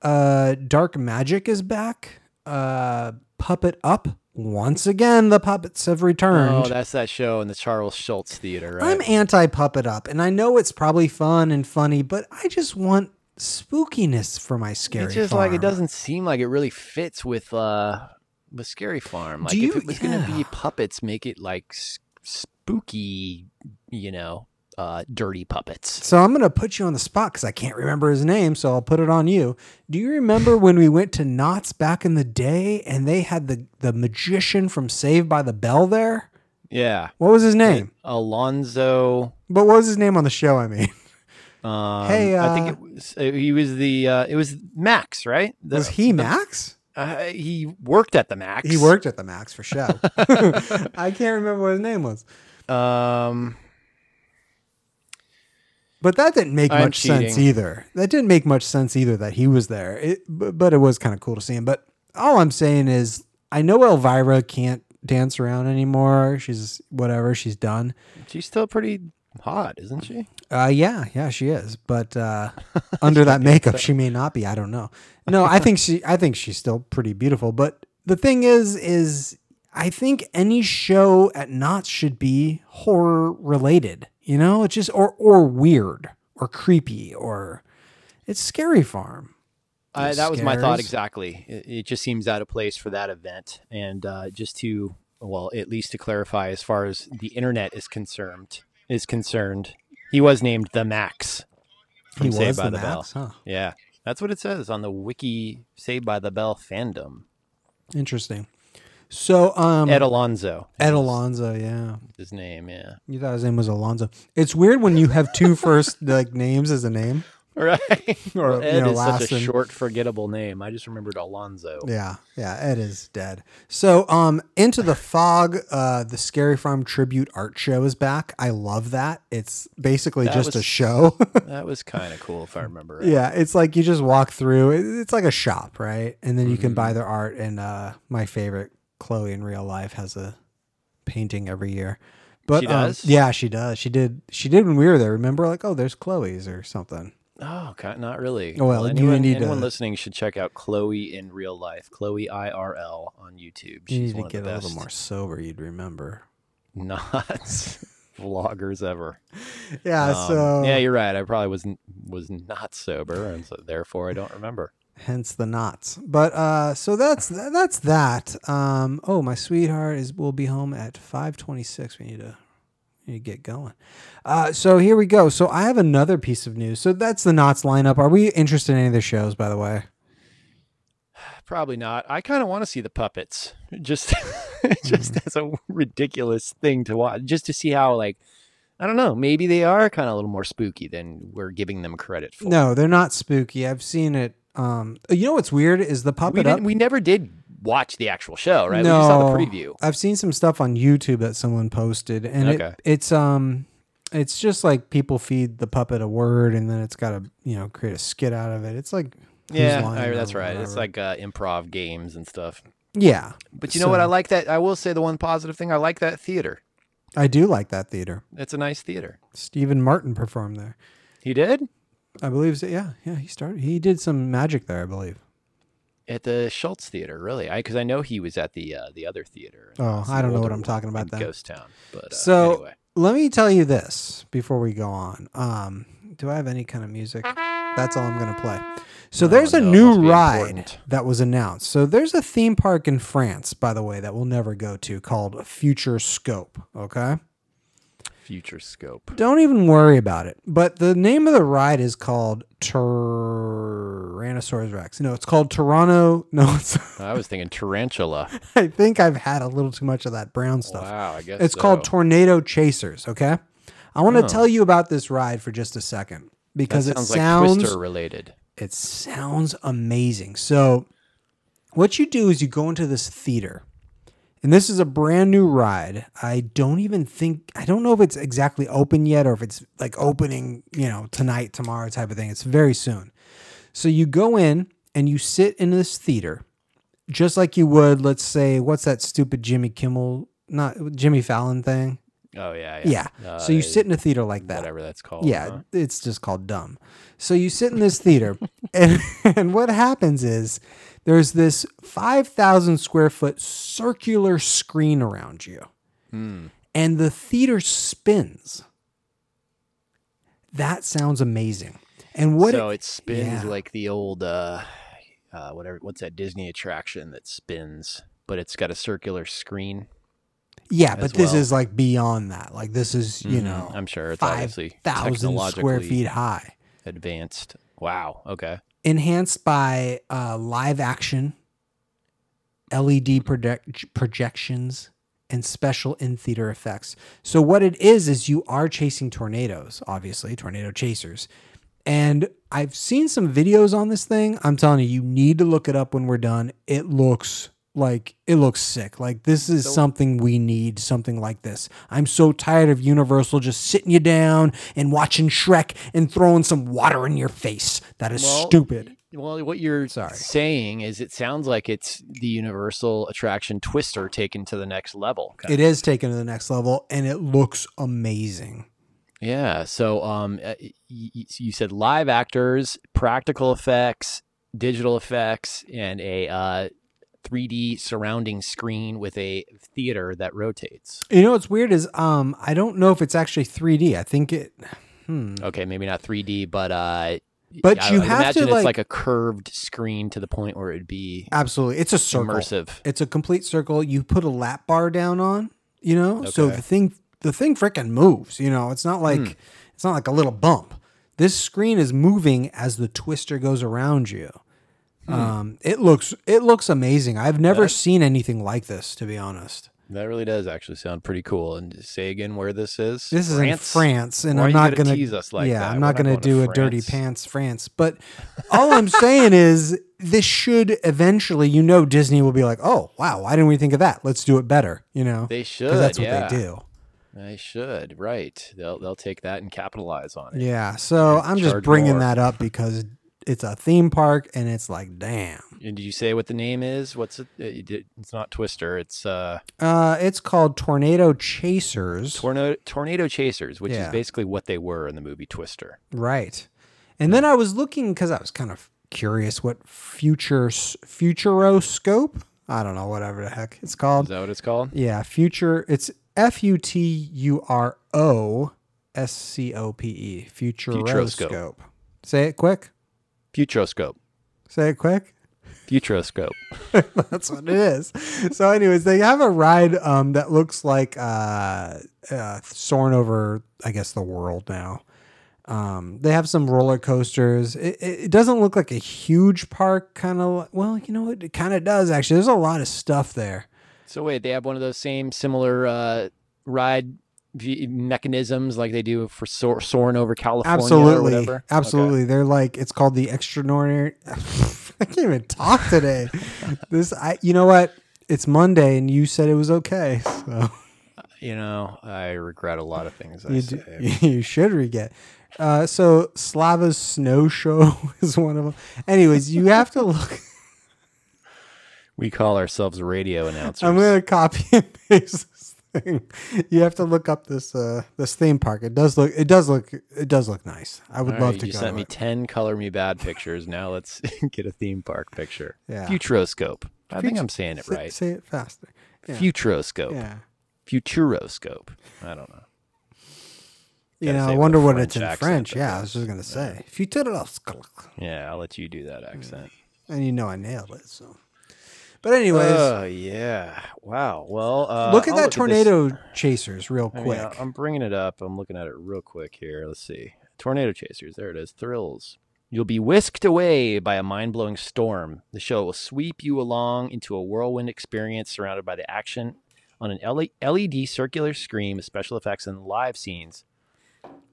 Speaker 1: Uh Dark Magic is back. Uh Puppet Up. Once again the puppets have returned.
Speaker 2: Oh, that's that show in the Charles Schultz Theater, right?
Speaker 1: I'm anti puppet up, and I know it's probably fun and funny, but I just want spookiness for my scary.
Speaker 2: it's just like
Speaker 1: farm.
Speaker 2: it doesn't seem like it really fits with uh with Scary Farm. Like
Speaker 1: you-
Speaker 2: if it was gonna
Speaker 1: yeah.
Speaker 2: be puppets, make it like s- spooky, you know, uh, dirty puppets.
Speaker 1: So I'm going to put you on the spot because I can't remember his name. So I'll put it on you. Do you remember when we went to Knott's back in the day and they had the, the magician from Saved by the Bell there?
Speaker 2: Yeah.
Speaker 1: What was his name?
Speaker 2: Alonzo.
Speaker 1: But what was his name on the show? I mean,
Speaker 2: Um,
Speaker 1: Hey,
Speaker 2: I think it was, uh, he was the uh, it was Max, right? The-
Speaker 1: was he Max?
Speaker 2: uh, he worked at the Max.
Speaker 1: He worked at the Max for show. I can't remember what his name was.
Speaker 2: Um,
Speaker 1: But that didn't make
Speaker 2: I'm
Speaker 1: much sense
Speaker 2: cheating.
Speaker 1: either. That didn't make much sense either that he was there. It, but, but it was kind of cool to see him. But all I'm saying is, I know Elvira can't dance around anymore. She's whatever. She's done.
Speaker 2: she's still pretty hot, isn't she?
Speaker 1: Uh, yeah, yeah, she is. But uh, under that makeup, she may not be. I don't know. No, I think she. I think she's still pretty beautiful. But the thing is, is I think any show at Knott's should be horror related. You know, it's just or or weird or creepy or it's scary farm.
Speaker 2: I, that was my thought
Speaker 1: Scares.
Speaker 2: exactly. It, it just seems out of place for that event, and uh, just to well, at least to clarify, as far as the internet is concerned, is concerned, he was named the Max. from Saved by the Bell.
Speaker 1: Max, huh?
Speaker 2: Yeah, that's what it says on the wiki. Saved by the Bell fandom.
Speaker 1: Interesting. So, um,
Speaker 2: Ed Alonzo.
Speaker 1: Ed
Speaker 2: is
Speaker 1: Alonzo, yeah.
Speaker 2: His name, yeah.
Speaker 1: You thought his name was Alonzo. It's weird when you have two first like names as a name.
Speaker 2: Right.
Speaker 1: Or,
Speaker 2: Well,
Speaker 1: you
Speaker 2: Ed
Speaker 1: know,
Speaker 2: is
Speaker 1: last
Speaker 2: such a
Speaker 1: and-
Speaker 2: short, forgettable name. I just remembered Alonzo.
Speaker 1: Yeah, yeah, Ed is dead. So, um, Into the Fog, uh, the Scary Farm tribute art show is back. I love that. It's basically
Speaker 2: That
Speaker 1: just a
Speaker 2: was-
Speaker 1: show.
Speaker 2: That was kind of cool, if I remember right.
Speaker 1: yeah, it's like you just walk through. it- It's like a shop, right? And then you
Speaker 2: Mm-hmm.
Speaker 1: can buy their art. And uh, my favorite, Chloe in real life, has a painting every year. But
Speaker 2: She
Speaker 1: um,
Speaker 2: does?
Speaker 1: yeah, she does. She did. She did when we were there. Remember, like, oh, there's Chloe's or something.
Speaker 2: Oh, God, not really.
Speaker 1: Well, you
Speaker 2: anyone,
Speaker 1: need to-
Speaker 2: anyone listening should check out Chloe in real life, Chloe IRL on YouTube. She's
Speaker 1: You need
Speaker 2: one
Speaker 1: to get
Speaker 2: of
Speaker 1: a
Speaker 2: the
Speaker 1: little
Speaker 2: best
Speaker 1: more sober. You'd remember.
Speaker 2: nuts vloggers ever.
Speaker 1: Yeah.
Speaker 2: Um,
Speaker 1: Ah, so
Speaker 2: yeah, you're right. I probably was n- was not sober, and so therefore I don't remember.
Speaker 1: hence the knots. But uh, so that's tha- that's that. Um, oh, my sweetheart is will be home at five twenty six. We need to we need to get going. Uh, so here we go. So I have another piece of news. So that's the knots lineup. Are we interested in any of the shows? By the way,
Speaker 2: Probably not. I kind of want to see the puppets, just
Speaker 1: Mm-hmm.
Speaker 2: just as a ridiculous thing to watch, just to see how like I don't know. Maybe they are kind of a little more spooky than we're giving them credit for.
Speaker 1: no, they're not spooky. I've seen it. Um, you know what's weird is the
Speaker 2: we
Speaker 1: puppet up.
Speaker 2: didn't. We never did watch the actual show, right? We just saw the
Speaker 1: No.
Speaker 2: preview.
Speaker 1: I've seen some stuff on YouTube that someone posted, and
Speaker 2: Okay.
Speaker 1: it, it's um, it's just like people feed the puppet a word, and then it's got to you know create a skit out of it. It's like Who's
Speaker 2: Yeah,
Speaker 1: Lying
Speaker 2: I-
Speaker 1: or
Speaker 2: that's right. It's
Speaker 1: whatever.
Speaker 2: like uh, improv games and stuff.
Speaker 1: yeah,
Speaker 2: But you know what?
Speaker 1: So-
Speaker 2: I like that. I will say the one positive thing. I like that theater.
Speaker 1: I do like that theater.
Speaker 2: It's a nice theater.
Speaker 1: Stephen Martin performed there,
Speaker 2: He did
Speaker 1: I believe. So. Yeah, yeah, he started. He did some magic there, I believe.
Speaker 2: at the Schultz Theater, really? I because I know he was at the uh, the other theater. in,
Speaker 1: Oh,
Speaker 2: uh, some
Speaker 1: I don't know
Speaker 2: older
Speaker 1: what I'm
Speaker 2: one
Speaker 1: talking about
Speaker 2: in
Speaker 1: then.
Speaker 2: Ghost Town. But uh,
Speaker 1: So-
Speaker 2: anyway.
Speaker 1: Let me tell you this before we go on. Um, do I have any kind of music? That's all I'm going to play. So there's a
Speaker 2: no, it
Speaker 1: new
Speaker 2: must be
Speaker 1: ride
Speaker 2: important.
Speaker 1: that was announced. So there's a theme park in France, by the way, that we'll never go to called Future Scope. Okay.
Speaker 2: Future Scope.
Speaker 1: Don't even worry about it. But the name of the ride is called Tyrannosaurus Rex. No, it's called Toronto. No, it's,
Speaker 2: I was thinking tarantula.
Speaker 1: I think I've had a little too much of that brown stuff.
Speaker 2: wow, I guess
Speaker 1: It's called
Speaker 2: so. Oh.
Speaker 1: Tornado Chasers. Okay, I want to tell you about this ride for just a second because
Speaker 2: That
Speaker 1: it
Speaker 2: sounds
Speaker 1: sounds
Speaker 2: like Twister related.
Speaker 1: it sounds amazing. So, what you do is you go into this theater, and this is a brand new ride. I don't even think I don't know if it's exactly open yet or if it's like opening, you know, tonight, tomorrow type of thing. It's very soon. So you go in and you sit in this theater, just like you would, let's say, what's that stupid Jimmy Kimmel, not Jimmy Fallon thing?
Speaker 2: Oh yeah,
Speaker 1: Yeah.
Speaker 2: yeah. Uh,
Speaker 1: so you sit in a theater like that.
Speaker 2: whatever that's called.
Speaker 1: Yeah,
Speaker 2: huh?
Speaker 1: it's just called dumb. So you sit in this theater, and, and what happens is there's this 5,000 square foot circular screen around you,
Speaker 2: Hmm.
Speaker 1: and the theater spins. That sounds amazing. And what
Speaker 2: so
Speaker 1: it,
Speaker 2: it, spins
Speaker 1: yeah.
Speaker 2: like the old uh, uh whatever what's that disney attraction that spins but it's got a circular screen
Speaker 1: Yeah,
Speaker 2: as
Speaker 1: but this
Speaker 2: well.
Speaker 1: is like beyond that. Like this is, you
Speaker 2: Mhm.
Speaker 1: know,
Speaker 2: I'm sure it's
Speaker 1: five
Speaker 2: obviously
Speaker 1: thousand square
Speaker 2: technologically
Speaker 1: feet high,
Speaker 2: advanced. Wow. Okay.
Speaker 1: enhanced by uh, live action, LED project- projections, and special in theater effects. So what it is is you are chasing tornadoes, obviously tornado chasers, and I've seen some videos on this thing. I'm telling you, you need to look it up when we're done. It looks like it looks sick. Like this is
Speaker 2: So-
Speaker 1: something we need, something like this. I'm so tired of Universal just sitting you down and watching Shrek and throwing some water in your face. That is
Speaker 2: Well,
Speaker 1: stupid.
Speaker 2: Well, what you're
Speaker 1: Sorry.
Speaker 2: saying is it sounds like it's the universal attraction twister taken to the next level. kinda.
Speaker 1: It is taken to the next level and it looks amazing.
Speaker 2: Yeah. So, um, uh, y- y- you said live actors, practical effects, digital effects, and a uh, 3D surrounding screen with a theater that rotates.
Speaker 1: You know what's weird is um I don't know if it's actually 3D. I think it hmm.
Speaker 2: Okay, maybe not 3D, but uh,
Speaker 1: But
Speaker 2: I-
Speaker 1: you
Speaker 2: I would
Speaker 1: have to,
Speaker 2: imagine it's
Speaker 1: like-
Speaker 2: like a curved screen to the point where it'd be
Speaker 1: Absolutely. It's a circle.
Speaker 2: immersive.
Speaker 1: It's a complete circle. You put a lap bar down on, you know, so
Speaker 2: Okay.
Speaker 1: the thing the thing freaking moves. You know, it's not like
Speaker 2: Hmm.
Speaker 1: it's not like a little bump. This screen is moving as the twister goes around you.
Speaker 2: Hmm.
Speaker 1: Um, it looks it looks amazing. I've never
Speaker 2: That-
Speaker 1: seen anything like this, to be honest.
Speaker 2: That really does actually sound pretty cool. And say again where this is.
Speaker 1: This is in France, and
Speaker 2: Why
Speaker 1: I'm
Speaker 2: are you
Speaker 1: not
Speaker 2: gonna
Speaker 1: gonna
Speaker 2: tease us like
Speaker 1: yeah,
Speaker 2: that?
Speaker 1: I'm
Speaker 2: We're
Speaker 1: not gonna
Speaker 2: going to
Speaker 1: do a dirty
Speaker 2: France.
Speaker 1: pants France. But all I'm saying is this should eventually, you know, Disney will be like, oh wow, why didn't we think of that? Let's do it better. You know,
Speaker 2: They should.
Speaker 1: 'Cause that's what
Speaker 2: yeah.
Speaker 1: they do.
Speaker 2: They should, right? They'll they'll take that and capitalize on it.
Speaker 1: Yeah, so I'm just
Speaker 2: Charge
Speaker 1: bringing
Speaker 2: more.
Speaker 1: that up because it's a theme park, and it's like, damn.
Speaker 2: And did you say what the name is? What's it? it- it- It's not Twister. It's uh,
Speaker 1: Uh, it's called Tornado Chasers,
Speaker 2: Tornado Tornado Chasers, which
Speaker 1: Yeah.
Speaker 2: is basically what they were in the movie Twister.
Speaker 1: right? And then I was looking because I was kind of curious what future futuroscope. I don't know, whatever the heck it's
Speaker 2: Is
Speaker 1: called.
Speaker 2: that what it's called?
Speaker 1: Yeah, future. It's F U T U R O S C O P E. Futuroscope. Say it quick.
Speaker 2: Futuroscope.
Speaker 1: Say it quick.
Speaker 2: Futuroscope.
Speaker 1: That's what it is. So, anyways, they have a ride um, that looks like uh, uh, soaring over, I guess, the world now. Um, they have some roller coasters. It, it it doesn't look like a huge park, kind of. Well, you know what? It kind of does actually. There's a lot of stuff there.
Speaker 2: So wait, they have one of those same similar uh, ride v- mechanisms like they do for soar soaring over California or
Speaker 1: Absolutely,
Speaker 2: whatever. Okay.
Speaker 1: absolutely. They're like it's called the extraordinary. I can't even talk today. this, I, you know what? It's Monday, and you said it was okay. So.
Speaker 2: You know, I regret a lot of things I
Speaker 1: you,
Speaker 2: say.
Speaker 1: do- you should re-get. Uh, so Slava's snow show is one of them. Anyways, you have to look.
Speaker 2: We call ourselves radio announcers.
Speaker 1: I'm gonna copy and paste this thing. You have to look up this uh, this theme park. It does look. It does look. It does look nice. I would
Speaker 2: All
Speaker 1: love
Speaker 2: right,
Speaker 1: to
Speaker 2: you
Speaker 1: go.
Speaker 2: sent
Speaker 1: to
Speaker 2: me
Speaker 1: it.
Speaker 2: 10 color me bad pictures. Now let's get a theme park picture.
Speaker 1: Yeah.
Speaker 2: Futuroscope. I think
Speaker 1: Futu-
Speaker 2: I'm saying it
Speaker 1: Say,
Speaker 2: right. Oh,
Speaker 1: say it faster. yeah.
Speaker 2: Futuroscope.
Speaker 1: Yeah.
Speaker 2: Futuroscope. I don't know.
Speaker 1: You
Speaker 2: Gotta
Speaker 1: know, I
Speaker 2: say it with
Speaker 1: wonder
Speaker 2: a
Speaker 1: what it's in
Speaker 2: French accent,
Speaker 1: French.
Speaker 2: but
Speaker 1: Yeah, I was just gonna say futuroscope,
Speaker 2: Yeah, I'll let you do
Speaker 1: Mm.
Speaker 2: that accent.
Speaker 1: and you know I nailed it. So, but anyways,
Speaker 2: Oh, yeah. Wow. Well, uh,
Speaker 1: look at
Speaker 2: I'll
Speaker 1: that
Speaker 2: this-
Speaker 1: tornado chasers real
Speaker 2: I
Speaker 1: quick.
Speaker 2: mean, uh, um, I- I'm bringing it up. I'm looking at it real quick here. Let's see. Tornado Chasers. There it is. Thrills. You'll be whisked away by a mind blowing storm. The show will sweep you along into a whirlwind experience surrounded by the action on an E, LE- LED circular screen with special effects and live scenes,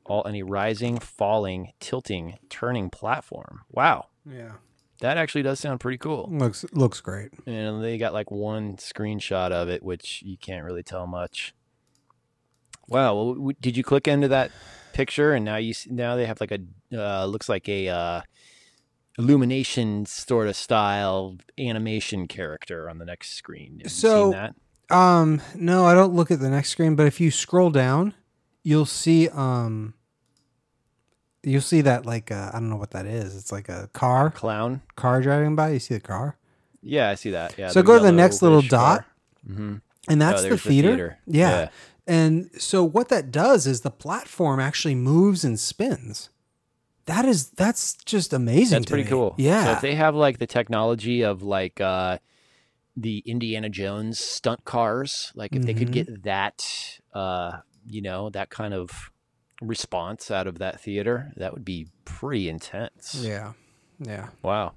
Speaker 2: all on a rising, falling, tilting, turning platform. Wow.
Speaker 1: yeah,
Speaker 2: That actually does sound pretty cool.
Speaker 1: looks looks great.
Speaker 2: And they got like one screenshot of it, which you can't really tell much. Wow, well, w- did you click into that picture and now you s- now they have like a uh, looks like a uh, illumination sort of style animation character on the next screen. Have you
Speaker 1: So-
Speaker 2: seen that?
Speaker 1: Um, no, I don't look at the next screen, but if you scroll down, you'll see um you'll see that like uh, I don't know what that is. It's like a car,
Speaker 2: clown?
Speaker 1: car driving by. You see the car?
Speaker 2: Yeah, I see that. Yeah.
Speaker 1: So go to the next little dot.
Speaker 2: Mm-hmm.
Speaker 1: And that's the, theater. Yeah. And so what that does is the platform actually moves and spins. That is that's just amazing.
Speaker 2: That's
Speaker 1: to
Speaker 2: pretty
Speaker 1: me.
Speaker 2: cool. So
Speaker 1: Yeah.
Speaker 2: if they have like the technology of like uh the Indiana Jones stunt cars. Like if they could
Speaker 1: Mhm.
Speaker 2: get that, uh, you know, that kind of response out of that theater, that would be pretty intense.
Speaker 1: Yeah. Yeah.
Speaker 2: Wow.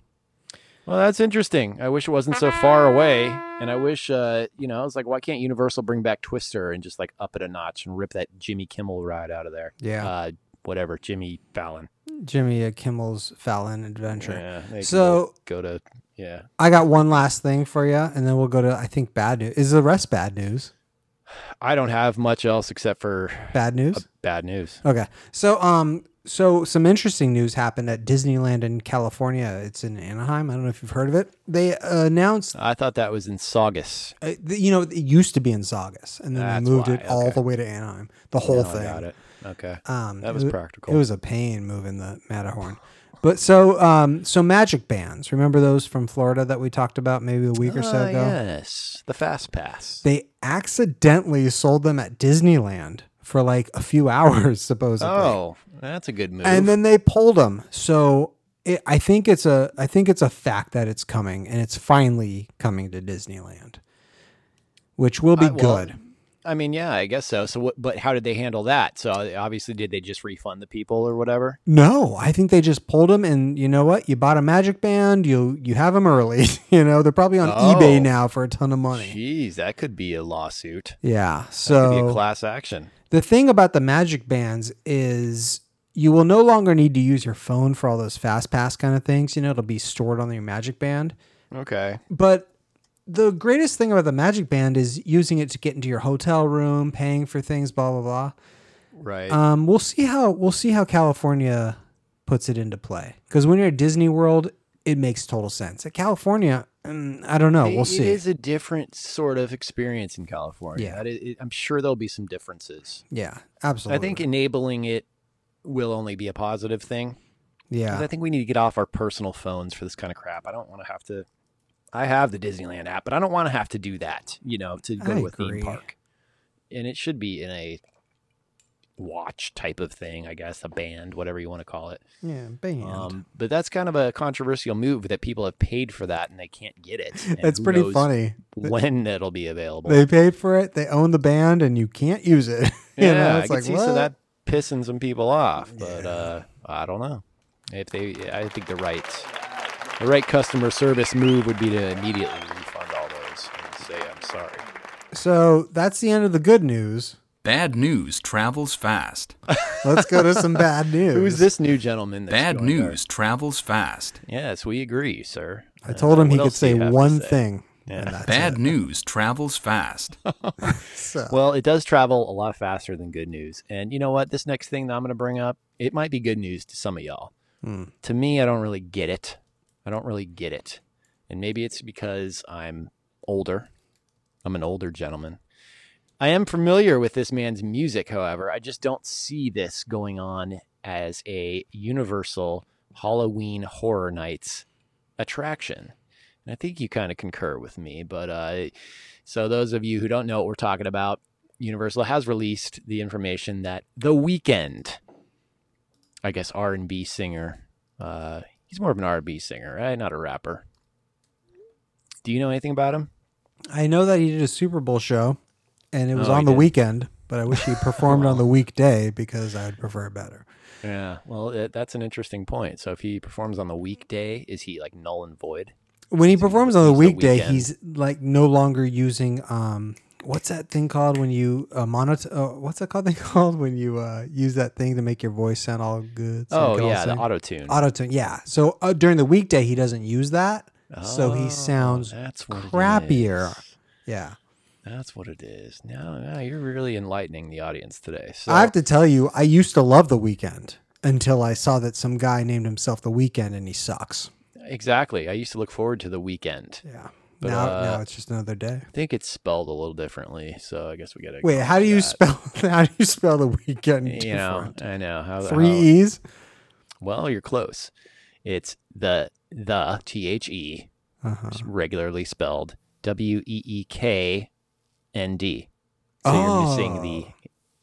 Speaker 2: Well, that's interesting. I wish it wasn't so far away, and I wish, uh, you know, I was like, why can't Universal bring back Twister and just like up it a notch and rip that Jimmy Kimmel ride out of there?
Speaker 1: Yeah.
Speaker 2: Uh, whatever, Jimmy Fallon.
Speaker 1: Jimmy uh, Kimmel's Fallon Adventure.
Speaker 2: Yeah, they can
Speaker 1: So-
Speaker 2: go to yeah.
Speaker 1: I got one last thing for you, and then we'll go to I think bad news. Is the rest bad news?
Speaker 2: I don't have much else except for
Speaker 1: Bad news.
Speaker 2: bad news.
Speaker 1: Okay. So um so some interesting news happened at Disneyland in California. It's in Anaheim. I don't know if you've heard of it. They announced
Speaker 2: I thought that was in Saugus.
Speaker 1: uh, th- you know it used to be in Saugus and then
Speaker 2: That's
Speaker 1: they moved
Speaker 2: why,
Speaker 1: it all
Speaker 2: okay.
Speaker 1: the way to Anaheim. The whole
Speaker 2: Now I
Speaker 1: thing.
Speaker 2: got it. Okay,
Speaker 1: Um
Speaker 2: that
Speaker 1: it
Speaker 2: was
Speaker 1: wa-
Speaker 2: practical.
Speaker 1: It was a pain moving the Matterhorn. But so um so magic bands. Remember those from Florida that we talked about maybe a week or so
Speaker 2: Ah,
Speaker 1: ago?
Speaker 2: Yes, the fast pass.
Speaker 1: they accidentally sold them at Disneyland for like a few hours, supposedly.
Speaker 2: oh, that's a good move.
Speaker 1: and then they pulled them. So it, I think it's a I think it's a fact that it's coming, and it's finally coming to Disneyland, which will be
Speaker 2: I- well,
Speaker 1: good.
Speaker 2: I mean, yeah, I guess so. So, what, but how did they handle that? So, obviously, did they just refund the people or whatever?
Speaker 1: No, I think they just pulled them, and you know what? You bought a Magic Band, you you have them early. you know they're probably on
Speaker 2: Oh.
Speaker 1: eBay now for a ton of money.
Speaker 2: Jeez, that could be a lawsuit.
Speaker 1: Yeah,
Speaker 2: That
Speaker 1: so
Speaker 2: could be a class action.
Speaker 1: The thing about the magic bands is you will no longer need to use your phone for all those fast pass kind of things. You know, it'll be stored on your magic band.
Speaker 2: Okay.
Speaker 1: But the greatest thing about the magic band is using it to get into your hotel room, paying for things, blah blah
Speaker 2: Right.
Speaker 1: blah. Um, we'll see how we'll see how California puts it into play. Because when you're at Disney World, it makes total sense. At California, mm, I don't know.
Speaker 2: It-
Speaker 1: We'll
Speaker 2: It
Speaker 1: see.
Speaker 2: is a different sort of experience in California.
Speaker 1: Yeah.
Speaker 2: That is- it- I'm sure there'll be some differences.
Speaker 1: Yeah, absolutely.
Speaker 2: I think enabling it will only be a positive thing. 'Cause
Speaker 1: yeah,
Speaker 2: I think we need to get off our personal phones for this kind of crap. I don't want to have to. I have the Disneyland app, but I don't want to have to do that. You know, to go
Speaker 1: I
Speaker 2: to a
Speaker 1: agree.
Speaker 2: theme park, and it should be in a watch type of thing, I guess, a band, whatever you want to call it.
Speaker 1: yeah, band.
Speaker 2: Um, but that's kind of a controversial move that people have paid for that and they can't get it. and
Speaker 1: it's
Speaker 2: who
Speaker 1: pretty
Speaker 2: knows
Speaker 1: funny.
Speaker 2: When it'll be available?
Speaker 1: They paid for it. They own the band, and you can't use it. you
Speaker 2: yeah,
Speaker 1: know,
Speaker 2: I
Speaker 1: it's
Speaker 2: can
Speaker 1: like,
Speaker 2: see
Speaker 1: what?
Speaker 2: so that pissing some people off, but
Speaker 1: Yeah.
Speaker 2: uh, I don't know if they. I think the right, the right customer service move would be to immediately refund all those and say I'm sorry.
Speaker 1: So that's the end of the good news.
Speaker 3: Bad news travels fast.
Speaker 1: Let's go to some bad news.
Speaker 2: Who's this new gentleman? That's
Speaker 3: Bad
Speaker 2: joined our-
Speaker 3: news travels fast.
Speaker 2: Yes, we agree, sir. Uh,
Speaker 1: I told him he
Speaker 2: What
Speaker 1: could
Speaker 2: else do you
Speaker 1: say
Speaker 2: have to
Speaker 1: one
Speaker 2: say?
Speaker 1: thing.
Speaker 2: Yeah.
Speaker 1: and that's
Speaker 3: Bad
Speaker 1: it.
Speaker 3: news travels fast.
Speaker 1: So,
Speaker 2: Well, it does travel a lot faster than good news. And you know what? This next thing that I'm going to bring up, it might be good news to some of y'all.
Speaker 1: Hmm.
Speaker 2: To me, I don't really get it. I don't really get it. And maybe it's because I'm older. I'm an older gentleman. I am familiar with this man's music, however. I just don't see this going on as a universal Halloween Horror Nights attraction. And I think you kind of concur with me, but uh, so those of you who don't know what we're talking about, Universal has released the information that The Weeknd, I guess R&B singer, uh, he's more of an R&B singer, right? Not a rapper. Do you know anything about him?
Speaker 1: I know that he did a Super Bowl show, and it was
Speaker 2: Oh,
Speaker 1: on
Speaker 2: he
Speaker 1: the
Speaker 2: did.
Speaker 1: weekend. But I wish he performed on the weekday because I would prefer it better.
Speaker 2: Yeah. Well, it, that's an interesting point. So if he performs on the weekday, is he like null and void?
Speaker 1: When he
Speaker 2: He's-
Speaker 1: performs on the
Speaker 2: he's the
Speaker 1: weekday,
Speaker 2: Weeknd.
Speaker 1: he's like no longer using um, what's that thing called when you uh, monoto- uh, What's that called thing called when you uh, use that thing to make your voice sound all good? so you
Speaker 2: oh
Speaker 1: can all
Speaker 2: yeah, the
Speaker 1: sing?
Speaker 2: auto tune.
Speaker 1: Autotune, yeah. So uh, during the weekday, he doesn't use that. so
Speaker 2: Oh,
Speaker 1: he sounds
Speaker 2: that's what it
Speaker 1: crappier.
Speaker 2: is.
Speaker 1: Yeah.
Speaker 2: That's what it is. Now, now you're really enlightening the audience today. So
Speaker 1: I have to tell you, I used to love The Weekend until I saw that some guy named himself The Weekend and he sucks.
Speaker 2: Exactly. I used to look forward to the weekend.
Speaker 1: Yeah.
Speaker 2: But,
Speaker 1: now,
Speaker 2: uh,
Speaker 1: now it's just another day.
Speaker 2: I think it's spelled a little differently, so I guess we got to.
Speaker 1: Wait, how do you spell? How do you spell The Weekend?
Speaker 2: You know,
Speaker 1: different?
Speaker 2: I know how.
Speaker 1: Three E
Speaker 2: how-
Speaker 1: E's.
Speaker 2: well, you're close. It's the the t h e
Speaker 1: Uh-huh.
Speaker 2: just regularly spelled w e e k n d. So you're missing the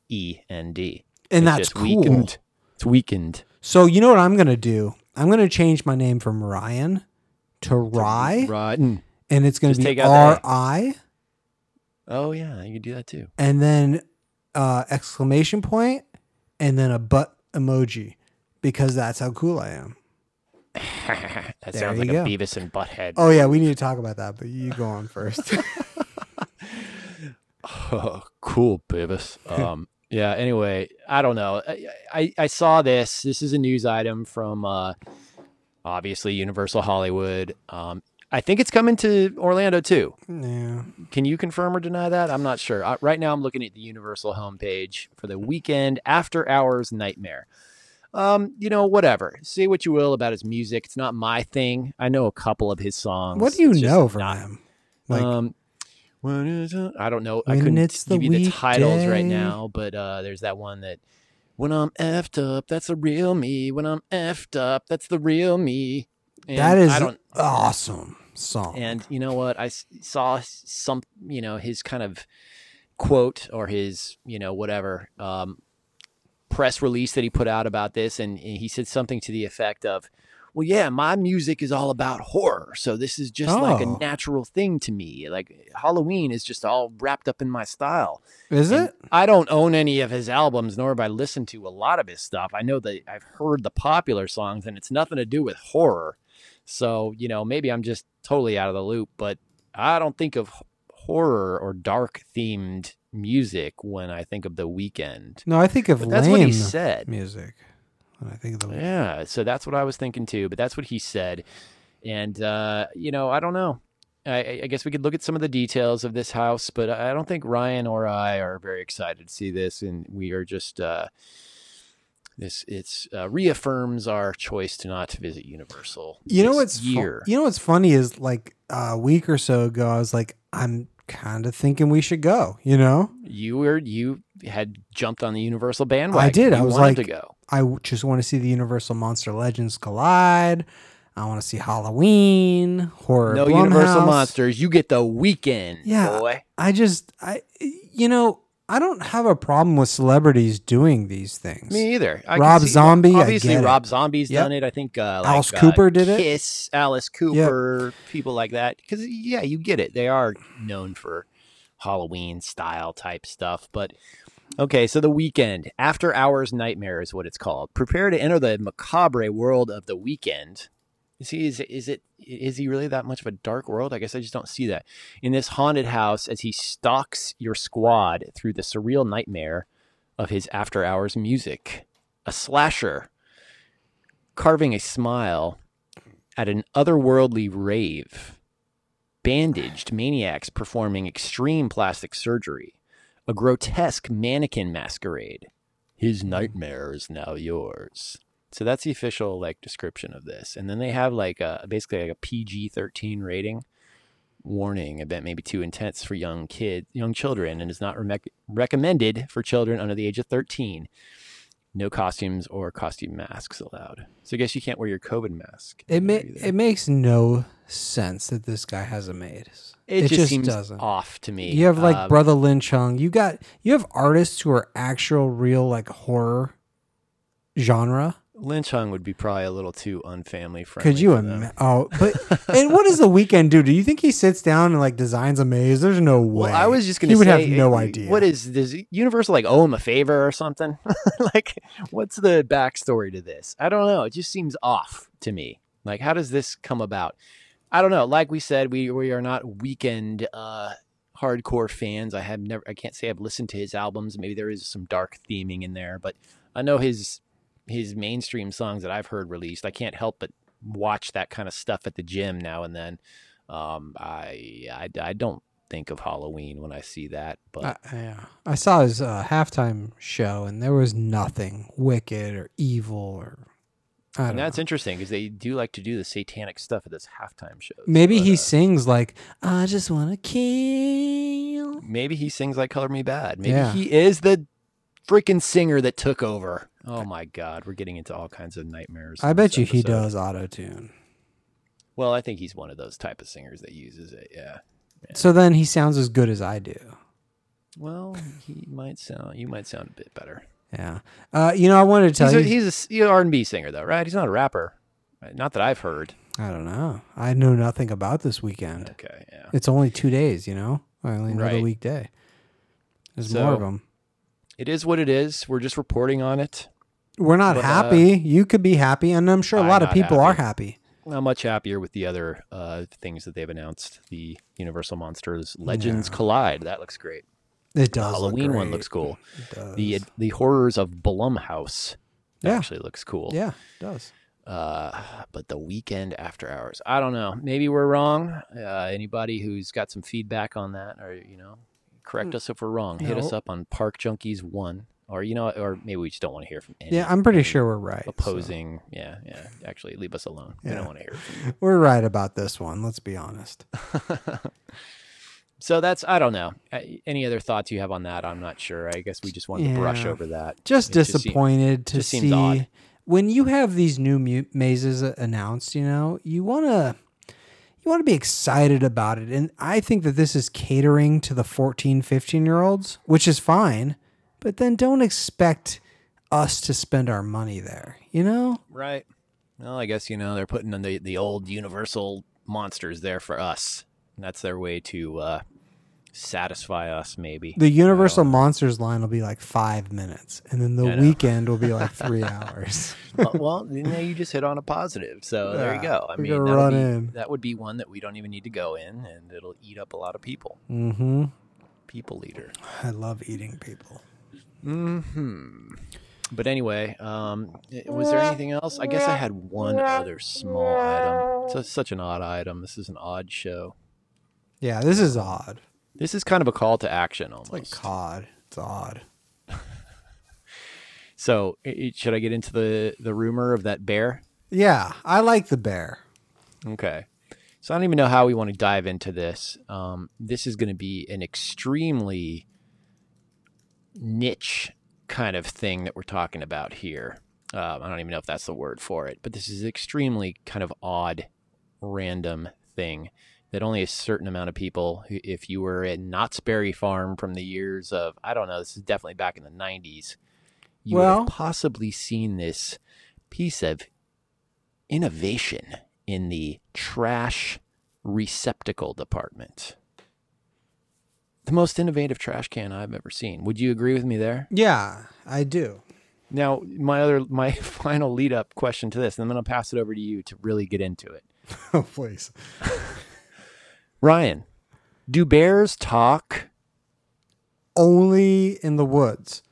Speaker 2: e and d.
Speaker 1: Oh. And
Speaker 2: It's
Speaker 1: that's
Speaker 2: just
Speaker 1: cool.
Speaker 2: weakened. It's weakened.
Speaker 1: So you know what I'm gonna do? I'm gonna change my name from Ryan to Rye,
Speaker 2: Rotten.
Speaker 1: and it's going to
Speaker 2: Just
Speaker 1: be
Speaker 2: take out
Speaker 1: R
Speaker 2: the
Speaker 1: I,
Speaker 2: Oh yeah, you could do that too.
Speaker 1: and then uh, exclamation point, and then a butt emoji, because that's how cool I am.
Speaker 2: that
Speaker 1: There
Speaker 2: sounds like
Speaker 1: you go.
Speaker 2: a Beavis and Butthead.
Speaker 1: Oh yeah, we need to talk about that, but you go on first.
Speaker 2: Oh, cool, Beavis. Um, yeah. Anyway, I don't know. I, I I saw this. This is a news item from uh, obviously Universal Hollywood. Um, I think it's coming to Orlando too.
Speaker 1: yeah.
Speaker 2: Can you confirm or deny that? I'm not sure. I, right now, I'm looking at the Universal homepage for the weekend after hours nightmare. Um, you know, whatever. Say what you will about his music. It's not my thing. I know a couple of his songs.
Speaker 1: What do you
Speaker 2: Um, It's just
Speaker 1: know from
Speaker 2: not-
Speaker 1: him? Like,
Speaker 2: um, when is it? I don't know. I
Speaker 1: When
Speaker 2: couldn't
Speaker 1: it's the
Speaker 2: give you the titles
Speaker 1: weekday.
Speaker 2: right now, but uh, there's that one that when I'm effed up, that's the real me. When I'm effed up, that's the real me. And
Speaker 1: that is
Speaker 2: I
Speaker 1: an
Speaker 2: don't.
Speaker 1: awesome song.
Speaker 2: And you know what? I s- saw some, you know, his kind of quote or his, you know, whatever um, press release that he put out about this, and, and he said something to the effect of, "Well, yeah, my music is all about horror, so this is just like
Speaker 1: Oh.
Speaker 2: a natural thing to me. Like Halloween is just all wrapped up in my style."
Speaker 1: is
Speaker 2: And
Speaker 1: it?
Speaker 2: I don't own any of his albums, nor have I listened to a lot of his stuff. I know that I've heard the popular songs, and it's nothing to do with horror. So, you know, maybe I'm just totally out of the loop, but I don't think of h- horror or dark themed music when I think of The Weeknd.
Speaker 1: No, I think of
Speaker 2: But
Speaker 1: lame
Speaker 2: that's what he said.
Speaker 1: music. When I think of the
Speaker 2: Yeah. So that's what I was thinking too, but that's what he said. And, uh, you know, I don't know. I- I, I guess we could look at some of the details of this house, but I don't think Ryan or I are very excited to see this. And we are just, uh, this it's uh, reaffirms our choice to not visit Universal.
Speaker 1: You know
Speaker 2: this
Speaker 1: what's fu-
Speaker 2: year?
Speaker 1: you know what's funny is like a week or so ago, I was like, I'm kind of thinking we should go. You know,
Speaker 2: you were you had jumped on the Universal bandwagon.
Speaker 1: did. I
Speaker 2: You
Speaker 1: was
Speaker 2: wanted
Speaker 1: like-
Speaker 2: to go.
Speaker 1: I w- just want to see the Universal Monster Legends collide. I want to see Halloween horror.
Speaker 2: No Universal
Speaker 1: Blumhouse.
Speaker 2: monsters. You get the weekend,
Speaker 1: Yeah.
Speaker 2: boy.
Speaker 1: I just I you know I don't have a problem with celebrities doing these things.
Speaker 2: Me either. I can
Speaker 1: Rob
Speaker 2: see-
Speaker 1: Zombie, I
Speaker 2: Obviously,
Speaker 1: get it.
Speaker 2: Rob Zombie's
Speaker 1: Yep.
Speaker 2: done it. I think uh, like,
Speaker 1: Alice
Speaker 2: uh,
Speaker 1: Cooper did it.
Speaker 2: Kiss, Alice Cooper, people like that. Because yeah, you get it. They are known for Halloween style type stuff. But okay, so the weekend after hours nightmare is what it's called. Prepare to enter the macabre world of the weekend. Is he is, is it is he really that much of a dark world? I guess I just don't see that. In this haunted house, as he stalks your squad through the surreal nightmare of his after hours music, a slasher carving a smile at an otherworldly rave, bandaged maniacs performing extreme plastic surgery, a grotesque mannequin masquerade. His nightmare is now yours. So that's the official like description of this, and then they have like a basically like a PG thirteen rating warning event maybe too intense for young kid young children and is not remec recommended for children under the age of 13 no costumes or costume masks allowed so i guess you can't wear your covid mask
Speaker 1: It ma-
Speaker 2: in there either.
Speaker 1: it makes no sense that this guy has a maid.
Speaker 2: it, just, seems
Speaker 1: doesn't.
Speaker 2: off to me
Speaker 1: You have like
Speaker 2: Um,
Speaker 1: brother Lin Chung. You got you have artists who are actual real like horror genre.
Speaker 2: lynch hung would be probably a little too unfamily friendly
Speaker 1: Could you
Speaker 2: for them.
Speaker 1: imagine? Oh, but and what does the weekend do? Do you think he sits down and like designs a maze? There's no way.
Speaker 2: Well, I was just going to
Speaker 1: He
Speaker 2: say,
Speaker 1: would have no idea.
Speaker 2: What is does Universal like owe him a favor or something? like, what's the backstory to this? I don't know. It just seems off to me. Like, how does this come about? I don't know. Like we said, we we are not weekend uh, hardcore fans. I have never. I can't say I've listened to his albums. Maybe there is some dark theming in there, but I know his his mainstream songs that I've heard released. I can't help but watch that kind of stuff at the gym now and then. Um, I, I I don't think of Halloween when I see that, but
Speaker 1: I, yeah. I saw his uh, halftime show and there was nothing wicked or evil or. I don't
Speaker 2: and that's
Speaker 1: know.
Speaker 2: interesting because they do like to do the satanic stuff at this halftime shows.
Speaker 1: Maybe
Speaker 2: but,
Speaker 1: he
Speaker 2: uh,
Speaker 1: sings like "I just want to kill."
Speaker 2: uh, maybe he sings like "Color Me Bad." Maybe
Speaker 1: Yeah.
Speaker 2: he is the freaking singer that took over. Oh my God, we're getting into all kinds of nightmares.
Speaker 1: I
Speaker 2: in this
Speaker 1: bet you he
Speaker 2: episode.
Speaker 1: does auto tune.
Speaker 2: Well, I think he's one of those type of singers that uses it. Yeah.
Speaker 1: So then he sounds as good as I do.
Speaker 2: Well, he might sound. You might sound a bit better.
Speaker 1: Yeah. Uh, you know, I wanted to tell
Speaker 2: He's a,
Speaker 1: you.
Speaker 2: he's a s- you know, R&B singer though, right? He's not a rapper. Not that I've heard.
Speaker 1: I don't know. I know nothing about this weekend.
Speaker 2: Okay, yeah.
Speaker 1: It's only two days, you know? I only know the
Speaker 2: Right.
Speaker 1: weekday. There's more of
Speaker 2: So-
Speaker 1: them.
Speaker 2: It is what it is. We're just reporting on it.
Speaker 1: We're not
Speaker 2: but, uh,
Speaker 1: happy. you could be happy, and I'm sure a
Speaker 2: I'm
Speaker 1: lot of
Speaker 2: not
Speaker 1: people are happy.
Speaker 2: Not much happier with the other uh, things that they've announced. The Universal Monsters Legends Collide. That looks great.
Speaker 1: It does.
Speaker 2: The
Speaker 1: look
Speaker 2: Halloween one
Speaker 1: great.
Speaker 2: looks cool.
Speaker 1: It does.
Speaker 2: The the horrors of Blumhouse
Speaker 1: Yeah.
Speaker 2: actually looks cool.
Speaker 1: yeah, it does.
Speaker 2: Uh, but the weekend after hours, I don't know. Maybe we're wrong. Uh, anybody who's got some feedback on that, or you know, correct us if we're wrong. Hit us
Speaker 1: No.
Speaker 2: up on Park Junkies One, or you know, or maybe we just don't want to hear from any.
Speaker 1: Yeah, I'm pretty
Speaker 2: any
Speaker 1: sure we're right. so.
Speaker 2: opposing. Yeah, yeah. Actually, leave us alone. We
Speaker 1: Yeah.
Speaker 2: don't want to hear. From you.
Speaker 1: We're right about this one. Let's be honest.
Speaker 2: So that's I don't know. Uh, Any other thoughts you have on that? I'm not sure. I guess we just wanted to brush
Speaker 1: Yeah.
Speaker 2: over that.
Speaker 1: Just
Speaker 2: It just seem-
Speaker 1: disappointed to
Speaker 2: just
Speaker 1: see
Speaker 2: seems odd.
Speaker 1: when you have these new mu- mazes a- announced. You know, you wanna you wanna be excited about it, and I think that this is catering to the 14, 15 year olds, which is fine. But then don't expect us to spend our money there. You know,
Speaker 2: Right. Well, I guess you know they're putting on the the old Universal monsters there for us. And that's their way to uh, satisfy us, maybe.
Speaker 1: the Universal Monsters line will be like five minutes, and then the
Speaker 2: I know.
Speaker 1: weekend will be like three hours.
Speaker 2: well, well, you know, you just hit on a positive, so there you
Speaker 1: Yeah,
Speaker 2: go. I
Speaker 1: we
Speaker 2: mean,
Speaker 1: gotta
Speaker 2: that would,
Speaker 1: run
Speaker 2: be,
Speaker 1: in.
Speaker 2: that would be one that we don't even need to go in, and it'll eat up a lot of people.
Speaker 1: Mm-hmm.
Speaker 2: People eater.
Speaker 1: I love eating people.
Speaker 2: Hmm. But anyway, um, i- was there anything else? I guess I had one other small item. It's a- such an odd item. This is an odd show.
Speaker 1: Yeah, this is odd.
Speaker 2: This is kind of a call to action almost.
Speaker 1: Like cod. It's odd.
Speaker 2: So, i- i- should I get into the the rumor of that bear?
Speaker 1: Yeah, I like the bear.
Speaker 2: Okay. So I don't even know how we want to dive into this. Um, this is going to be an extremely niche kind of thing that we're talking about here. Um, I don't even know if that's the word for it, but this is extremely kind of odd, random thing that only a certain amount of people, who- if you were at Knott's Berry Farm from the years of, I don't know, this is definitely back in the 90s, you
Speaker 1: Well-
Speaker 2: would have possibly seen this piece of innovation in the trash receptacle department. The most innovative trash can I've ever seen. Would you agree with me there?
Speaker 1: Yeah, I do.
Speaker 2: Now, my other, my final lead up question to this, and I'm going to pass it over to you to really get into it.
Speaker 1: Oh, please.
Speaker 2: Ryan, do bears talk?
Speaker 1: Only in the woods.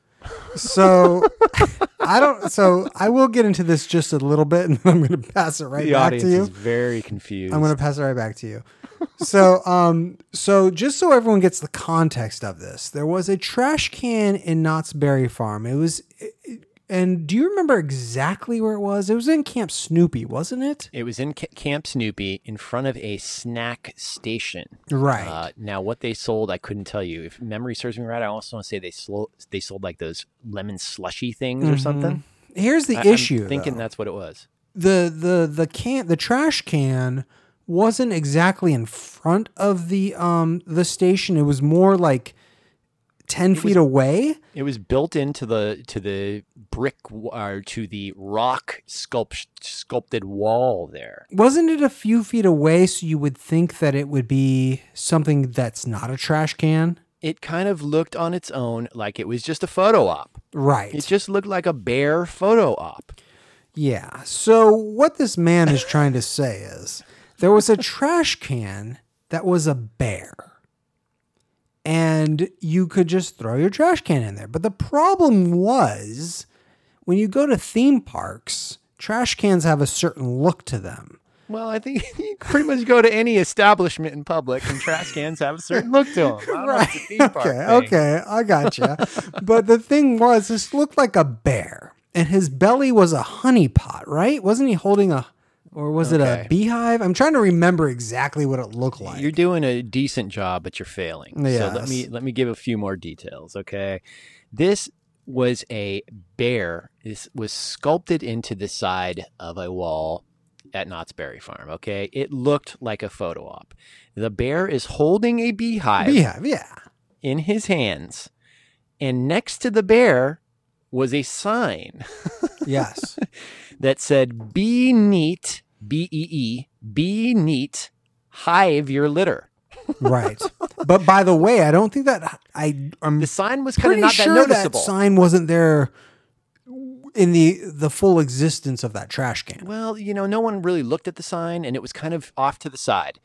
Speaker 1: So I don't. So I will get into this just a little bit, and then I'm going to pass it right
Speaker 2: the
Speaker 1: back to
Speaker 2: audience
Speaker 1: you.
Speaker 2: is very confused.
Speaker 1: I'm going to pass it right back to you. So, um, so just so everyone gets the context of this, there was a trash can in Knott's Berry Farm. It was, and do you remember exactly where it was? It was in Camp Snoopy, wasn't it?
Speaker 2: it was in Ca- Camp Snoopy in front of a snack station.
Speaker 1: Right.
Speaker 2: Uh, now, what they sold, I couldn't tell you. If memory serves me right, I also want to say they sold they sold like those lemon slushy things or something.
Speaker 1: Here's Mm-hmm. the
Speaker 2: I- I'm
Speaker 1: issue.
Speaker 2: thinking
Speaker 1: though.
Speaker 2: that's what it was.
Speaker 1: the the the can the trash can wasn't exactly in front of the um the station. It was more like ten feet away.
Speaker 2: It was built into the to the brick w- or to the rock sculpt sculpted wall there.
Speaker 1: Wasn't it a few feet away? So you would think that it would be something that's not a trash can,
Speaker 2: It kind of looked on its own like it was just a photo op.
Speaker 1: right?
Speaker 2: It just looked like a bare photo op.
Speaker 1: Yeah. So what this man is trying to say is there was a trash can that was a bear. And you could just throw your trash can in there. But the problem was when you go to theme parks, trash cans have a certain look to them.
Speaker 2: Well, I think you pretty much go to any establishment in public, and trash cans have a certain look to them.
Speaker 1: okay, okay, I gotcha. but the thing was, this looked like a bear, and his belly was a honey pot, right? Wasn't he holding a, or was it
Speaker 2: Okay.
Speaker 1: a beehive? I'm trying to remember exactly what it looked like.
Speaker 2: You're doing a decent job, but you're failing. So let me
Speaker 1: Yes.
Speaker 2: let me give a few more details, okay? This was a bear. This was sculpted into the side of a wall at Knott's Berry Farm, okay? It looked like a photo op. The bear is holding a beehive
Speaker 1: beehive, yeah.
Speaker 2: in his hands, and next to the bear was a sign
Speaker 1: Yes.
Speaker 2: that said, "Be neat, B E E, be neat, hive your litter."
Speaker 1: right. But by the way, I don't think that I I'm
Speaker 2: The sign was kind
Speaker 1: pretty
Speaker 2: of not
Speaker 1: sure that,
Speaker 2: that noticeable.
Speaker 1: sign wasn't there in the the full existence of that trash can.
Speaker 2: Well, you know, no one really looked at the sign and it was kind of off to the side.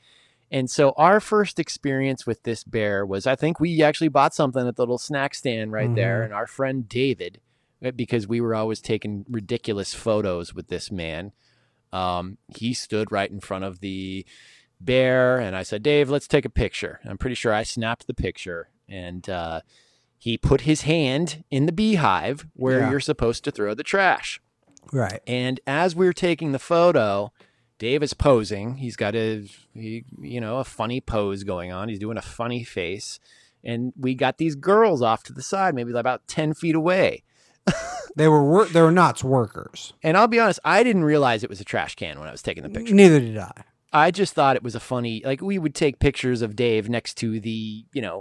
Speaker 2: And so our first experience with this bear was I think we actually bought something at the little snack stand right there.
Speaker 1: Mhm.
Speaker 2: And our friend David, uh, because we were always taking ridiculous photos with this man, um, he stood right in front of the bear. And I said, Dave, let's take a picture. I'm pretty sure I snapped the picture. And uh, he put his hand in the beehive where
Speaker 1: Yeah.
Speaker 2: you're supposed to throw the trash.
Speaker 1: Right.
Speaker 2: And as we were taking the photo, Dave is posing. He's got a he, you know a funny pose going on. He's doing a funny face, and we got these girls off to the side, maybe about ten feet away.
Speaker 1: They were wor- they were not workers.
Speaker 2: And I'll be honest, I didn't realize it was a trash can when I was taking the picture.
Speaker 1: Neither did I.
Speaker 2: I just thought it was a funny like we would take pictures of Dave next to the, you know,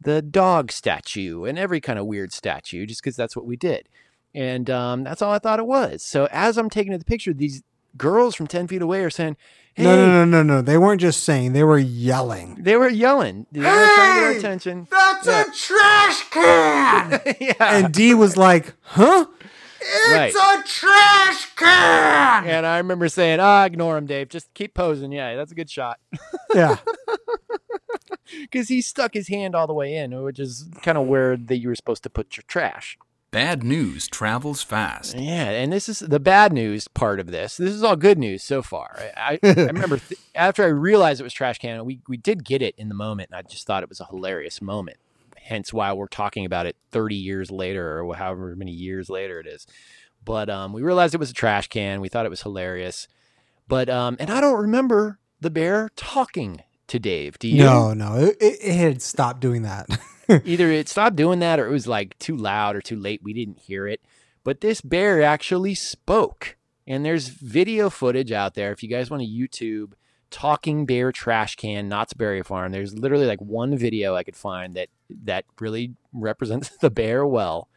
Speaker 2: the dog statue and every kind of weird statue just cuz that's what we did. And um, that's all I thought it was. So as I'm taking the picture these girls from 10 feet away are saying, "Hey,
Speaker 1: No, no, no, no, no. They weren't just saying. They were yelling.
Speaker 2: they were yelling. They were trying to get our
Speaker 1: Hey!
Speaker 2: attention."
Speaker 1: That's a trash can.
Speaker 2: yeah.
Speaker 1: and D was like, "Huh?
Speaker 2: Right.
Speaker 1: a trash can."
Speaker 2: and I remember saying, "Ah, ignore him, Dave. Just keep posing. Yeah, that's a good shot."
Speaker 1: Yeah.
Speaker 2: Cuz he stuck his hand all the way in, which is kind of where that you were supposed to put your trash.
Speaker 3: Bad news travels fast.
Speaker 2: Yeah, and this is the bad news part of this. This is all good news so far. I, I, I remember th- after I realized it was trash can, we we did get it in the moment, and I just thought it was a hilarious moment. Hence why we're talking about it 30 years later, or however many years later it is. But um, we realized it was a trash can. We thought it was hilarious. But um, and I don't remember the bear talking to Dave. Do you?
Speaker 1: No, no. It, it, it had stopped doing that.
Speaker 2: either it stopped doing that or it was like too loud or too late. We didn't hear it. But this bear actually spoke. And there's video footage out there. If you guys want to YouTube talking bear trash can Knott's Berry Farm, there's literally like one video I could find that that really represents the bear well.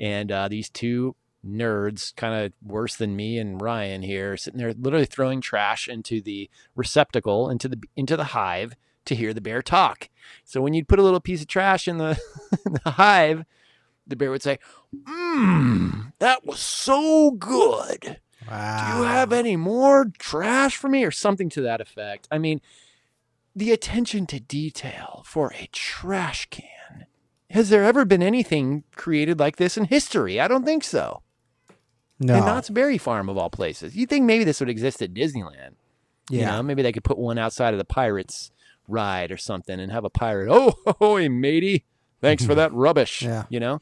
Speaker 2: And uh, these two nerds, kind of worse than me and Ryan here, sitting there literally throwing trash into the receptacle, into the into the hive to hear the bear talk. So when you'd put a little piece of trash in the, in the hive, the bear would say, Mmm, that was so good. Do
Speaker 1: Wow.
Speaker 2: you have any more trash for me? Or something to that effect. I mean, the attention to detail for a trash can. Has there ever been anything created like this in history? I don't think so.
Speaker 1: No.
Speaker 2: And Knott's Berry Farm, of all places. You'd think maybe this would exist at Disneyland.
Speaker 1: yeah.
Speaker 2: You know, maybe they could put one outside of the pirates ride or something and have a pirate. Oh, hoy, matey. Thanks for that rubbish.
Speaker 1: Yeah.
Speaker 2: You know,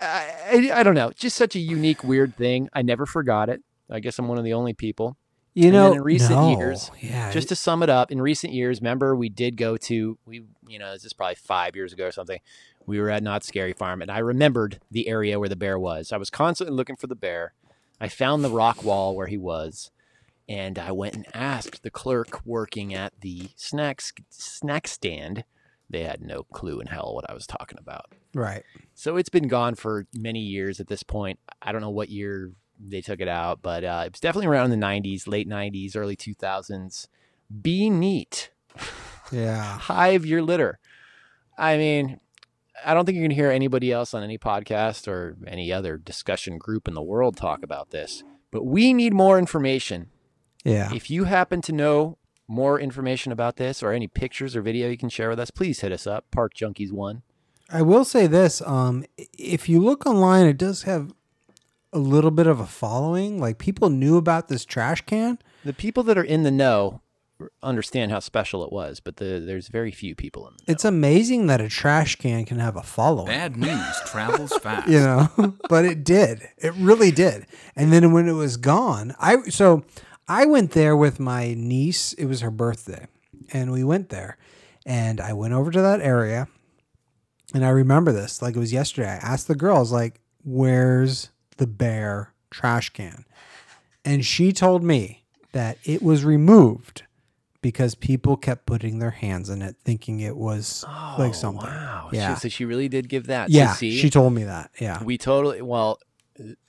Speaker 2: I, I, I don't know. Just such a unique, weird thing. I never forgot it. I guess I'm one of the only people.
Speaker 1: You
Speaker 2: And
Speaker 1: know,
Speaker 2: then in recent
Speaker 1: no.
Speaker 2: years,
Speaker 1: yeah,
Speaker 2: Just to sum it up, in recent years, remember we did go to, we, you know, this is probably five years ago or something. We were at Not Scary Farm and I remembered the area where the bear was. I was constantly looking for the bear. I found the rock wall where he was and I went and asked the clerk working at the snacks snack stand. They had no clue in hell what I was talking about.
Speaker 1: right.
Speaker 2: So it's been gone for many years at this point. I don't know what year they took it out, but uh, it was definitely around the 90s, late 90s, early 2000s. Be neat.
Speaker 1: Yeah,
Speaker 2: Hive your litter. I mean, I don't think you can hear anybody else on any podcast or any other discussion group in the world talk about this, but we need more information
Speaker 1: yeah.
Speaker 2: if you happen to know more information about this or any pictures or video you can share with us, please hit us up. Park Junkies One.
Speaker 1: I will say this: um, i- if you look online, it does have a little bit of a following. Like people knew about this trash can.
Speaker 2: The people that are in the know understand how special it was, but the, there's very few people in. The
Speaker 1: It's amazing that a trash can can have a following.
Speaker 3: Bad news travels fast.
Speaker 1: you know but it did it really did and then when it was gone i so i went there with my niece it was her birthday and we went there and i went over to that area and i remember this like it was yesterday i asked the girls like where's the bear trash can and she told me that it was removed because people kept putting their hands in it thinking it was
Speaker 2: know.
Speaker 1: like something
Speaker 2: Oh, Wow.
Speaker 1: Yeah.
Speaker 2: She, so she really did give that. So
Speaker 1: yeah
Speaker 2: see,
Speaker 1: she told me that yeah
Speaker 2: we totally well.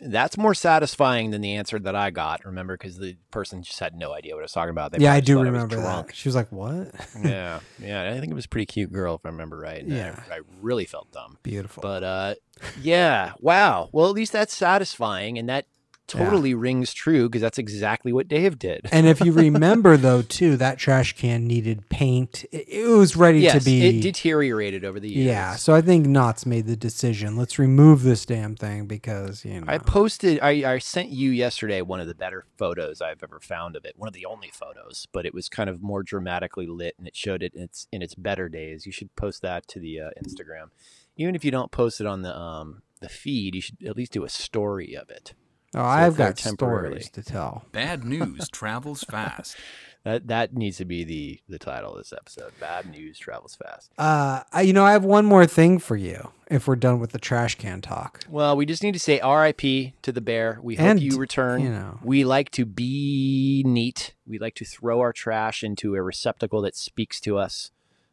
Speaker 2: That's more satisfying than the answer that I got. Remember, because the person just had no idea what I was talking about. They
Speaker 1: yeah,
Speaker 2: probably
Speaker 1: I
Speaker 2: just
Speaker 1: do
Speaker 2: thought was
Speaker 1: remember
Speaker 2: drunk.
Speaker 1: that. She was like, "What?
Speaker 2: yeah, yeah. I think it was a pretty cute girl, if I remember right. and I-
Speaker 1: Yeah.
Speaker 2: I really felt dumb.
Speaker 1: Beautiful."
Speaker 2: But uh, yeah, wow. Well, at least that's satisfying, and that
Speaker 1: Yeah.
Speaker 2: totally rings true because that's exactly what Dave did.
Speaker 1: and if you remember though, too, that trash can needed paint. It, it was ready
Speaker 2: yes,
Speaker 1: to be.
Speaker 2: it deteriorated over the years.
Speaker 1: Yeah, so I think Knotts made the decision. Let's remove this damn thing because you know.
Speaker 2: I posted, I, I sent you yesterday one of the better photos I've ever found of it. One of the only photos, but it was kind of more dramatically lit and it showed it in its, in its better days. You should post that to the uh, Instagram. Even if you don't post it on the, um, the feed, you should at least do a story of it.
Speaker 1: oh, I've
Speaker 2: if they're
Speaker 1: got
Speaker 2: temporarily-
Speaker 1: stories to tell.
Speaker 3: Bad news travels fast.
Speaker 2: That, that needs to be the, the title of this episode. Bad news travels fast.
Speaker 1: Uh, I, you know, I have one more thing for you. If we're done with the trash can talk,
Speaker 2: Well, we just need to say RIP to the bear. We hope
Speaker 1: And,
Speaker 2: you return.
Speaker 1: you know.
Speaker 2: We like to be neat. We like to throw our trash into a receptacle that speaks to us.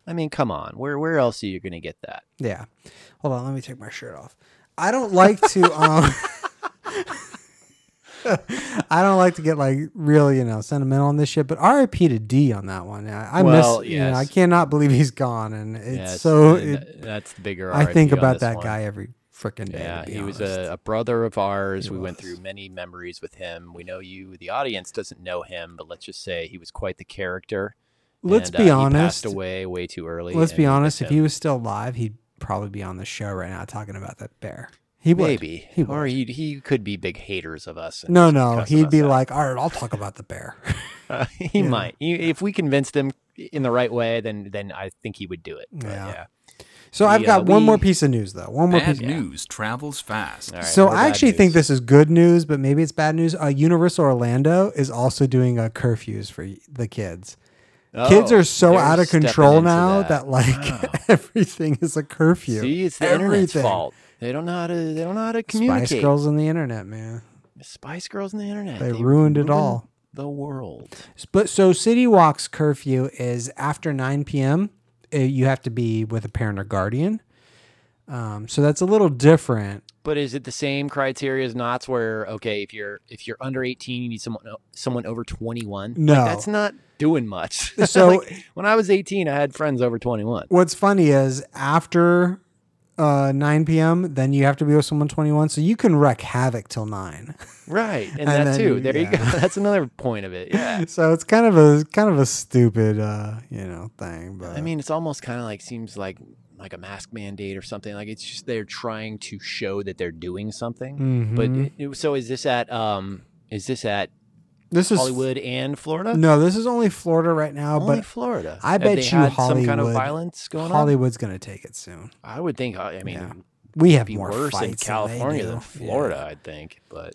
Speaker 2: I mean, come on. Where where else are you going to get that?
Speaker 1: yeah. Hold on, let me take my shirt off. I don't like to. um I don't like to get like real, you know, sentimental on this shit. But RIP to D on that one. I, I
Speaker 2: Well,
Speaker 1: miss. You know,
Speaker 2: yes.
Speaker 1: I cannot believe he's gone, and it's
Speaker 2: Yes,
Speaker 1: so.
Speaker 2: and
Speaker 1: It,
Speaker 2: th- that's the bigger.
Speaker 1: I
Speaker 2: RIP
Speaker 1: think
Speaker 2: on
Speaker 1: about
Speaker 2: this
Speaker 1: that
Speaker 2: one.
Speaker 1: guy every freaking day.
Speaker 2: Yeah,
Speaker 1: to be
Speaker 2: he was
Speaker 1: honest.
Speaker 2: a, a brother of ours.
Speaker 1: He
Speaker 2: we went
Speaker 1: was.
Speaker 2: through many memories with him. We know you, the audience doesn't know him, but let's just say he was quite the character.
Speaker 1: Let's
Speaker 2: and, uh,
Speaker 1: be
Speaker 2: He
Speaker 1: honest.
Speaker 2: passed away way too early.
Speaker 1: Let's
Speaker 2: and
Speaker 1: be
Speaker 2: we miss
Speaker 1: honest. If
Speaker 2: him.
Speaker 1: he was still alive, he'd probably be on the show right now talking about that bear. He would.
Speaker 2: maybe,
Speaker 1: He
Speaker 2: or
Speaker 1: would.
Speaker 2: he he could be big haters of us. and
Speaker 1: No,
Speaker 2: just
Speaker 1: no.
Speaker 2: cuss
Speaker 1: He'd
Speaker 2: us
Speaker 1: be
Speaker 2: out.
Speaker 1: like, all right, I'll talk about the bear.
Speaker 2: Uh, he might. He, if we convinced him in the right way, then then I think he would do it. But,
Speaker 1: Yeah.
Speaker 2: yeah.
Speaker 1: So I've
Speaker 2: Yeah,
Speaker 1: got one more
Speaker 2: uh, we-
Speaker 1: piece of news, though. One more piece.
Speaker 3: Bad news travels fast.
Speaker 2: All right,
Speaker 1: So
Speaker 2: more
Speaker 1: I
Speaker 2: bad
Speaker 1: actually think
Speaker 2: news.
Speaker 1: this is good news, but maybe it's bad news. Uh, Universal Orlando is also doing uh, curfews for y- the kids. kids
Speaker 2: Oh,
Speaker 1: are so
Speaker 2: they're
Speaker 1: out of
Speaker 2: stepping
Speaker 1: control
Speaker 2: into
Speaker 1: now that, like everything is a curfew.
Speaker 2: see, it's the internet's
Speaker 1: Everything.
Speaker 2: fault. They don't know how to. They don't know how to communicate.
Speaker 1: Spice Girls and the internet, man.
Speaker 2: Spice Girls and the internet.
Speaker 1: They ruined it
Speaker 2: ruined
Speaker 1: all.
Speaker 2: The world.
Speaker 1: But so City Walk's curfew is after 9 p.m. uh, You have to be with a parent or guardian. Um, so that's a little different.
Speaker 2: But is it the same criteria as Knott's? Where okay, if you're if you're under eighteen, you need someone someone over twenty one.
Speaker 1: No.
Speaker 2: that's not doing much.
Speaker 1: So-
Speaker 2: Like, when I was eighteen, I had friends over twenty one.
Speaker 1: What's funny is after uh, 9 p.m., then you have to be with someone 21. So you can wreck havoc till 9.
Speaker 2: Right, and,
Speaker 1: And
Speaker 2: that
Speaker 1: then
Speaker 2: too.
Speaker 1: you-
Speaker 2: There you
Speaker 1: yeah.
Speaker 2: go. That's another point of it. Yeah.
Speaker 1: so it's kind of a kind of a stupid, uh, you know, thing. But
Speaker 2: I mean, it's almost kind of like seems like like a mask mandate or something. Like it's just they're trying to show that they're doing something. But
Speaker 1: Mhm.
Speaker 2: it- it- so is this at um is this at
Speaker 1: this is
Speaker 2: Hollywood and Florida?
Speaker 1: No, this is only Florida right now,
Speaker 2: Only
Speaker 1: but
Speaker 2: Florida.
Speaker 1: I
Speaker 2: Have
Speaker 1: bet
Speaker 2: they
Speaker 1: you
Speaker 2: had some kind of
Speaker 1: Hollywood-
Speaker 2: violence going
Speaker 1: Hollywood's going to take it soon.
Speaker 2: on. I would think. uh, I mean,
Speaker 1: Yeah.
Speaker 2: it'd
Speaker 1: We have
Speaker 2: be
Speaker 1: more
Speaker 2: worse
Speaker 1: fights
Speaker 2: in
Speaker 1: than they
Speaker 2: California
Speaker 1: do.
Speaker 2: than
Speaker 1: Yeah.
Speaker 2: Florida. I'd think, but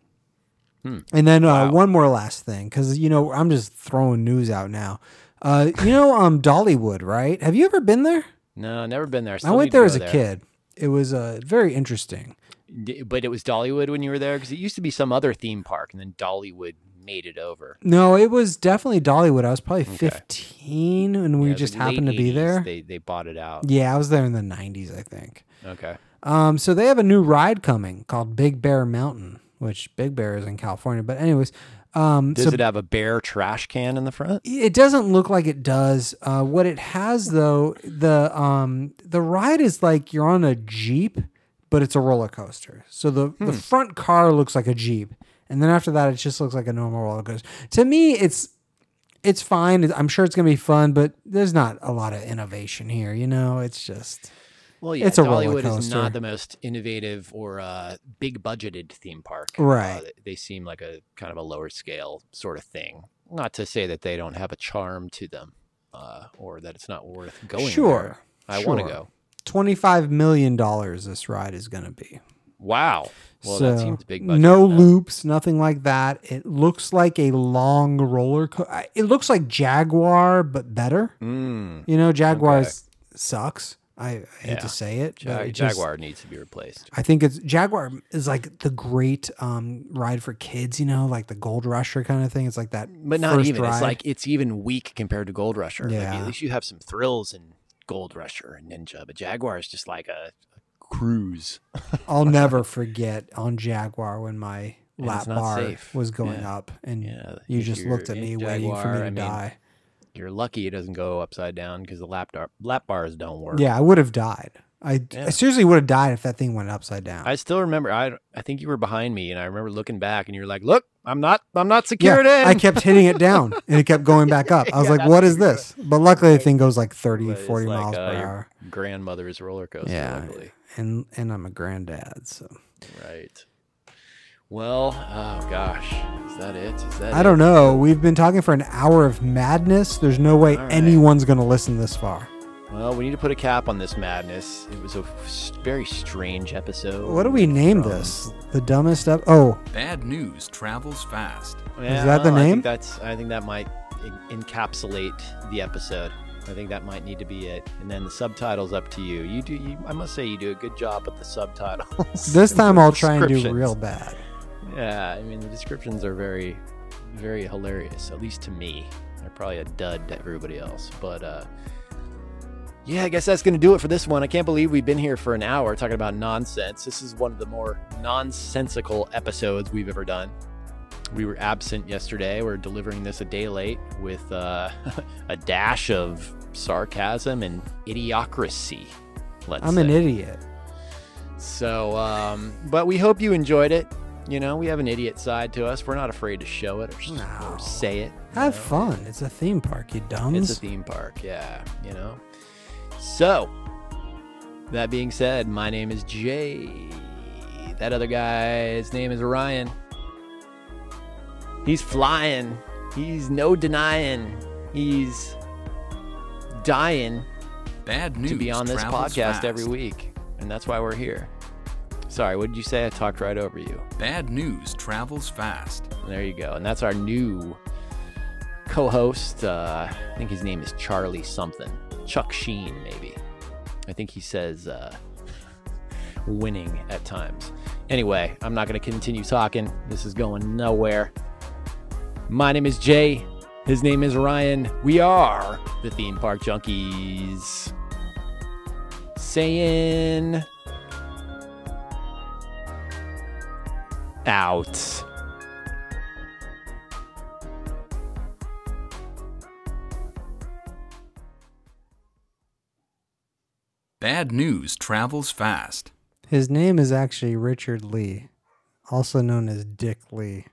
Speaker 1: And then uh,
Speaker 2: Wow.
Speaker 1: one more last thing, because you know I'm just throwing news out now. Uh, you know, um, Dollywood, right? Have you ever been there?
Speaker 2: no, never been there.
Speaker 1: I
Speaker 2: Still need
Speaker 1: went
Speaker 2: to
Speaker 1: there
Speaker 2: go
Speaker 1: as a kid. It was uh, very interesting.
Speaker 2: D- But it was Dollywood when you were there because it used to be some other theme park, and then Dollywood made it over.
Speaker 1: No, it was definitely Dollywood. I was probably 15, and we
Speaker 2: Yeah, the
Speaker 1: just
Speaker 2: late
Speaker 1: happened to be
Speaker 2: 80s,
Speaker 1: there.
Speaker 2: They they bought it out.
Speaker 1: Yeah, I was there in the 90s, I think.
Speaker 2: Okay.
Speaker 1: Um, so they have a new ride coming called Big Bear Mountain, which Big Bear is in California. But anyways, um,
Speaker 2: Does
Speaker 1: so
Speaker 2: it have a bear trash can in the front?
Speaker 1: it doesn't look like it does. Uh, what it has though, the um the ride is like you're on a jeep, but it's a roller coaster. So the
Speaker 2: Hmm.
Speaker 1: the front car looks like a jeep, and then after that, it just looks like a normal roller coaster. To me, it's it's fine. I'm sure it's gonna be fun, but there's not a lot of innovation here. You know, it's just
Speaker 2: Well, yeah,
Speaker 1: It's a roller
Speaker 2: Dollywood is
Speaker 1: coaster.
Speaker 2: not the most innovative or uh, big budgeted theme park.
Speaker 1: Right.
Speaker 2: Uh, th- they seem like a kind of a lower scale sort of thing. Not to say that they don't have a charm to them uh, or that it's not worth going.
Speaker 1: Sure,
Speaker 2: there. I want to
Speaker 1: sure.
Speaker 2: go.
Speaker 1: twenty five million dollars this ride is gonna be.
Speaker 2: Wow. Well,
Speaker 1: so
Speaker 2: that seems big budget.
Speaker 1: no
Speaker 2: then.
Speaker 1: loops, nothing like that. It looks like a long roller. Co- I- it looks like Jaguar, but better.
Speaker 2: Mm,
Speaker 1: You know, Jaguar s- sucks. I, I hate
Speaker 2: Yeah.
Speaker 1: to say it. but
Speaker 2: Jag-
Speaker 1: it just-
Speaker 2: Jaguar needs to be replaced.
Speaker 1: I think it's Jaguar is like the great um, ride for kids. You know, like the Gold Rusher kind of thing. It's like that,
Speaker 2: But not
Speaker 1: first
Speaker 2: even. It's
Speaker 1: ride.
Speaker 2: like it's even weak compared to Gold Rusher. Like,
Speaker 1: Yeah.
Speaker 2: at least you have some thrills in Gold Rusher and Ninja, but Jaguar is just like a, a cruise.
Speaker 1: I'll never forget on Jaguar when my
Speaker 2: And it's
Speaker 1: lap
Speaker 2: not
Speaker 1: bar
Speaker 2: safe.
Speaker 1: was going
Speaker 2: Yeah.
Speaker 1: up and
Speaker 2: Yeah,
Speaker 1: you
Speaker 2: if
Speaker 1: just
Speaker 2: you're
Speaker 1: looked at
Speaker 2: in
Speaker 1: me waiting for
Speaker 2: Jaguar,
Speaker 1: me to
Speaker 2: I mean,
Speaker 1: die.
Speaker 2: You're lucky it doesn't go upside down because the lap, dar- lap bars don't work.
Speaker 1: Yeah, I would have died. I,
Speaker 2: Yeah.
Speaker 1: I seriously would have died if that thing went upside down.
Speaker 2: I still remember. I I think you were behind me, and I remember looking back, and you were like, "Look, I'm not. I'm not
Speaker 1: yeah,
Speaker 2: secured in."
Speaker 1: I kept hitting it down and it kept going back up. I was
Speaker 2: Yeah,
Speaker 1: like, what is
Speaker 2: that's-
Speaker 1: this? But luckily, the thing goes like 30,
Speaker 2: But it's
Speaker 1: 40
Speaker 2: like,
Speaker 1: miles
Speaker 2: uh,
Speaker 1: per
Speaker 2: you're-
Speaker 1: hour.
Speaker 2: Grandmother's roller coaster.
Speaker 1: Yeah.
Speaker 2: luckily.
Speaker 1: And, and I'm a granddad, so.
Speaker 2: Right. Well, oh gosh, is that it? Is that
Speaker 1: I don't know. We've been talking for an hour of madness. There's no way
Speaker 2: All right.
Speaker 1: anyone's going to listen this far.
Speaker 2: Well, we need to put a cap on this madness. It was a s- very strange episode.
Speaker 1: What do we name
Speaker 2: from-
Speaker 1: this? The dumbest up. Oh,
Speaker 3: Bad news travels fast.
Speaker 2: Yeah,
Speaker 1: that the
Speaker 2: well, I
Speaker 1: name?
Speaker 2: think that's. I think that might en- encapsulate the episode. I think that might need to be it. And then the subtitles up to you. You do. You, I must say, you do a good job at the subtitles.
Speaker 1: this
Speaker 2: and the
Speaker 1: time I'll try and do
Speaker 2: descriptions.
Speaker 1: real bad.
Speaker 2: Yeah, I mean the descriptions are very, very hilarious. At least to me, they're probably a dud to everybody else. But uh, yeah, I guess that's gonna do it for this one. I can't believe we've been here for an hour talking about nonsense. This is one of the more nonsensical episodes we've ever done. We were absent yesterday. We're delivering this a day late with uh, a dash of sarcasm and idiocracy. Let's
Speaker 1: I'm an
Speaker 2: say.
Speaker 1: idiot.
Speaker 2: So, um, but we hope you enjoyed it. You know, we have an idiot side to us. We're not afraid to show it or, s-
Speaker 1: No.
Speaker 2: or say it. you
Speaker 1: Have
Speaker 2: know?
Speaker 1: fun. It's a theme park, you
Speaker 2: It's a
Speaker 1: dumbs.
Speaker 2: theme park, yeah. You know. So, that being said, my name is Jay. That other guy's name is Ryan. He's flying. He's no denying. He's dying
Speaker 3: Bad news
Speaker 2: to be on this
Speaker 3: travels
Speaker 2: podcast
Speaker 3: fast.
Speaker 2: every week, and that's why we're here. Sorry, what did you say? I talked right over you.
Speaker 3: Bad news travels fast.
Speaker 2: There you go, and that's our new co-host. Uh, I think his name is Charlie something, Chuck Sheen maybe. I think he says uh, winning at times. Anyway, I'm not going to continue talking. This is going nowhere. My name is Jay. His name is Ryan. We are the Theme Park Junkies. Saying out.
Speaker 3: Bad news travels fast.
Speaker 1: His name is actually Richard Lee, also known as Dick Lee.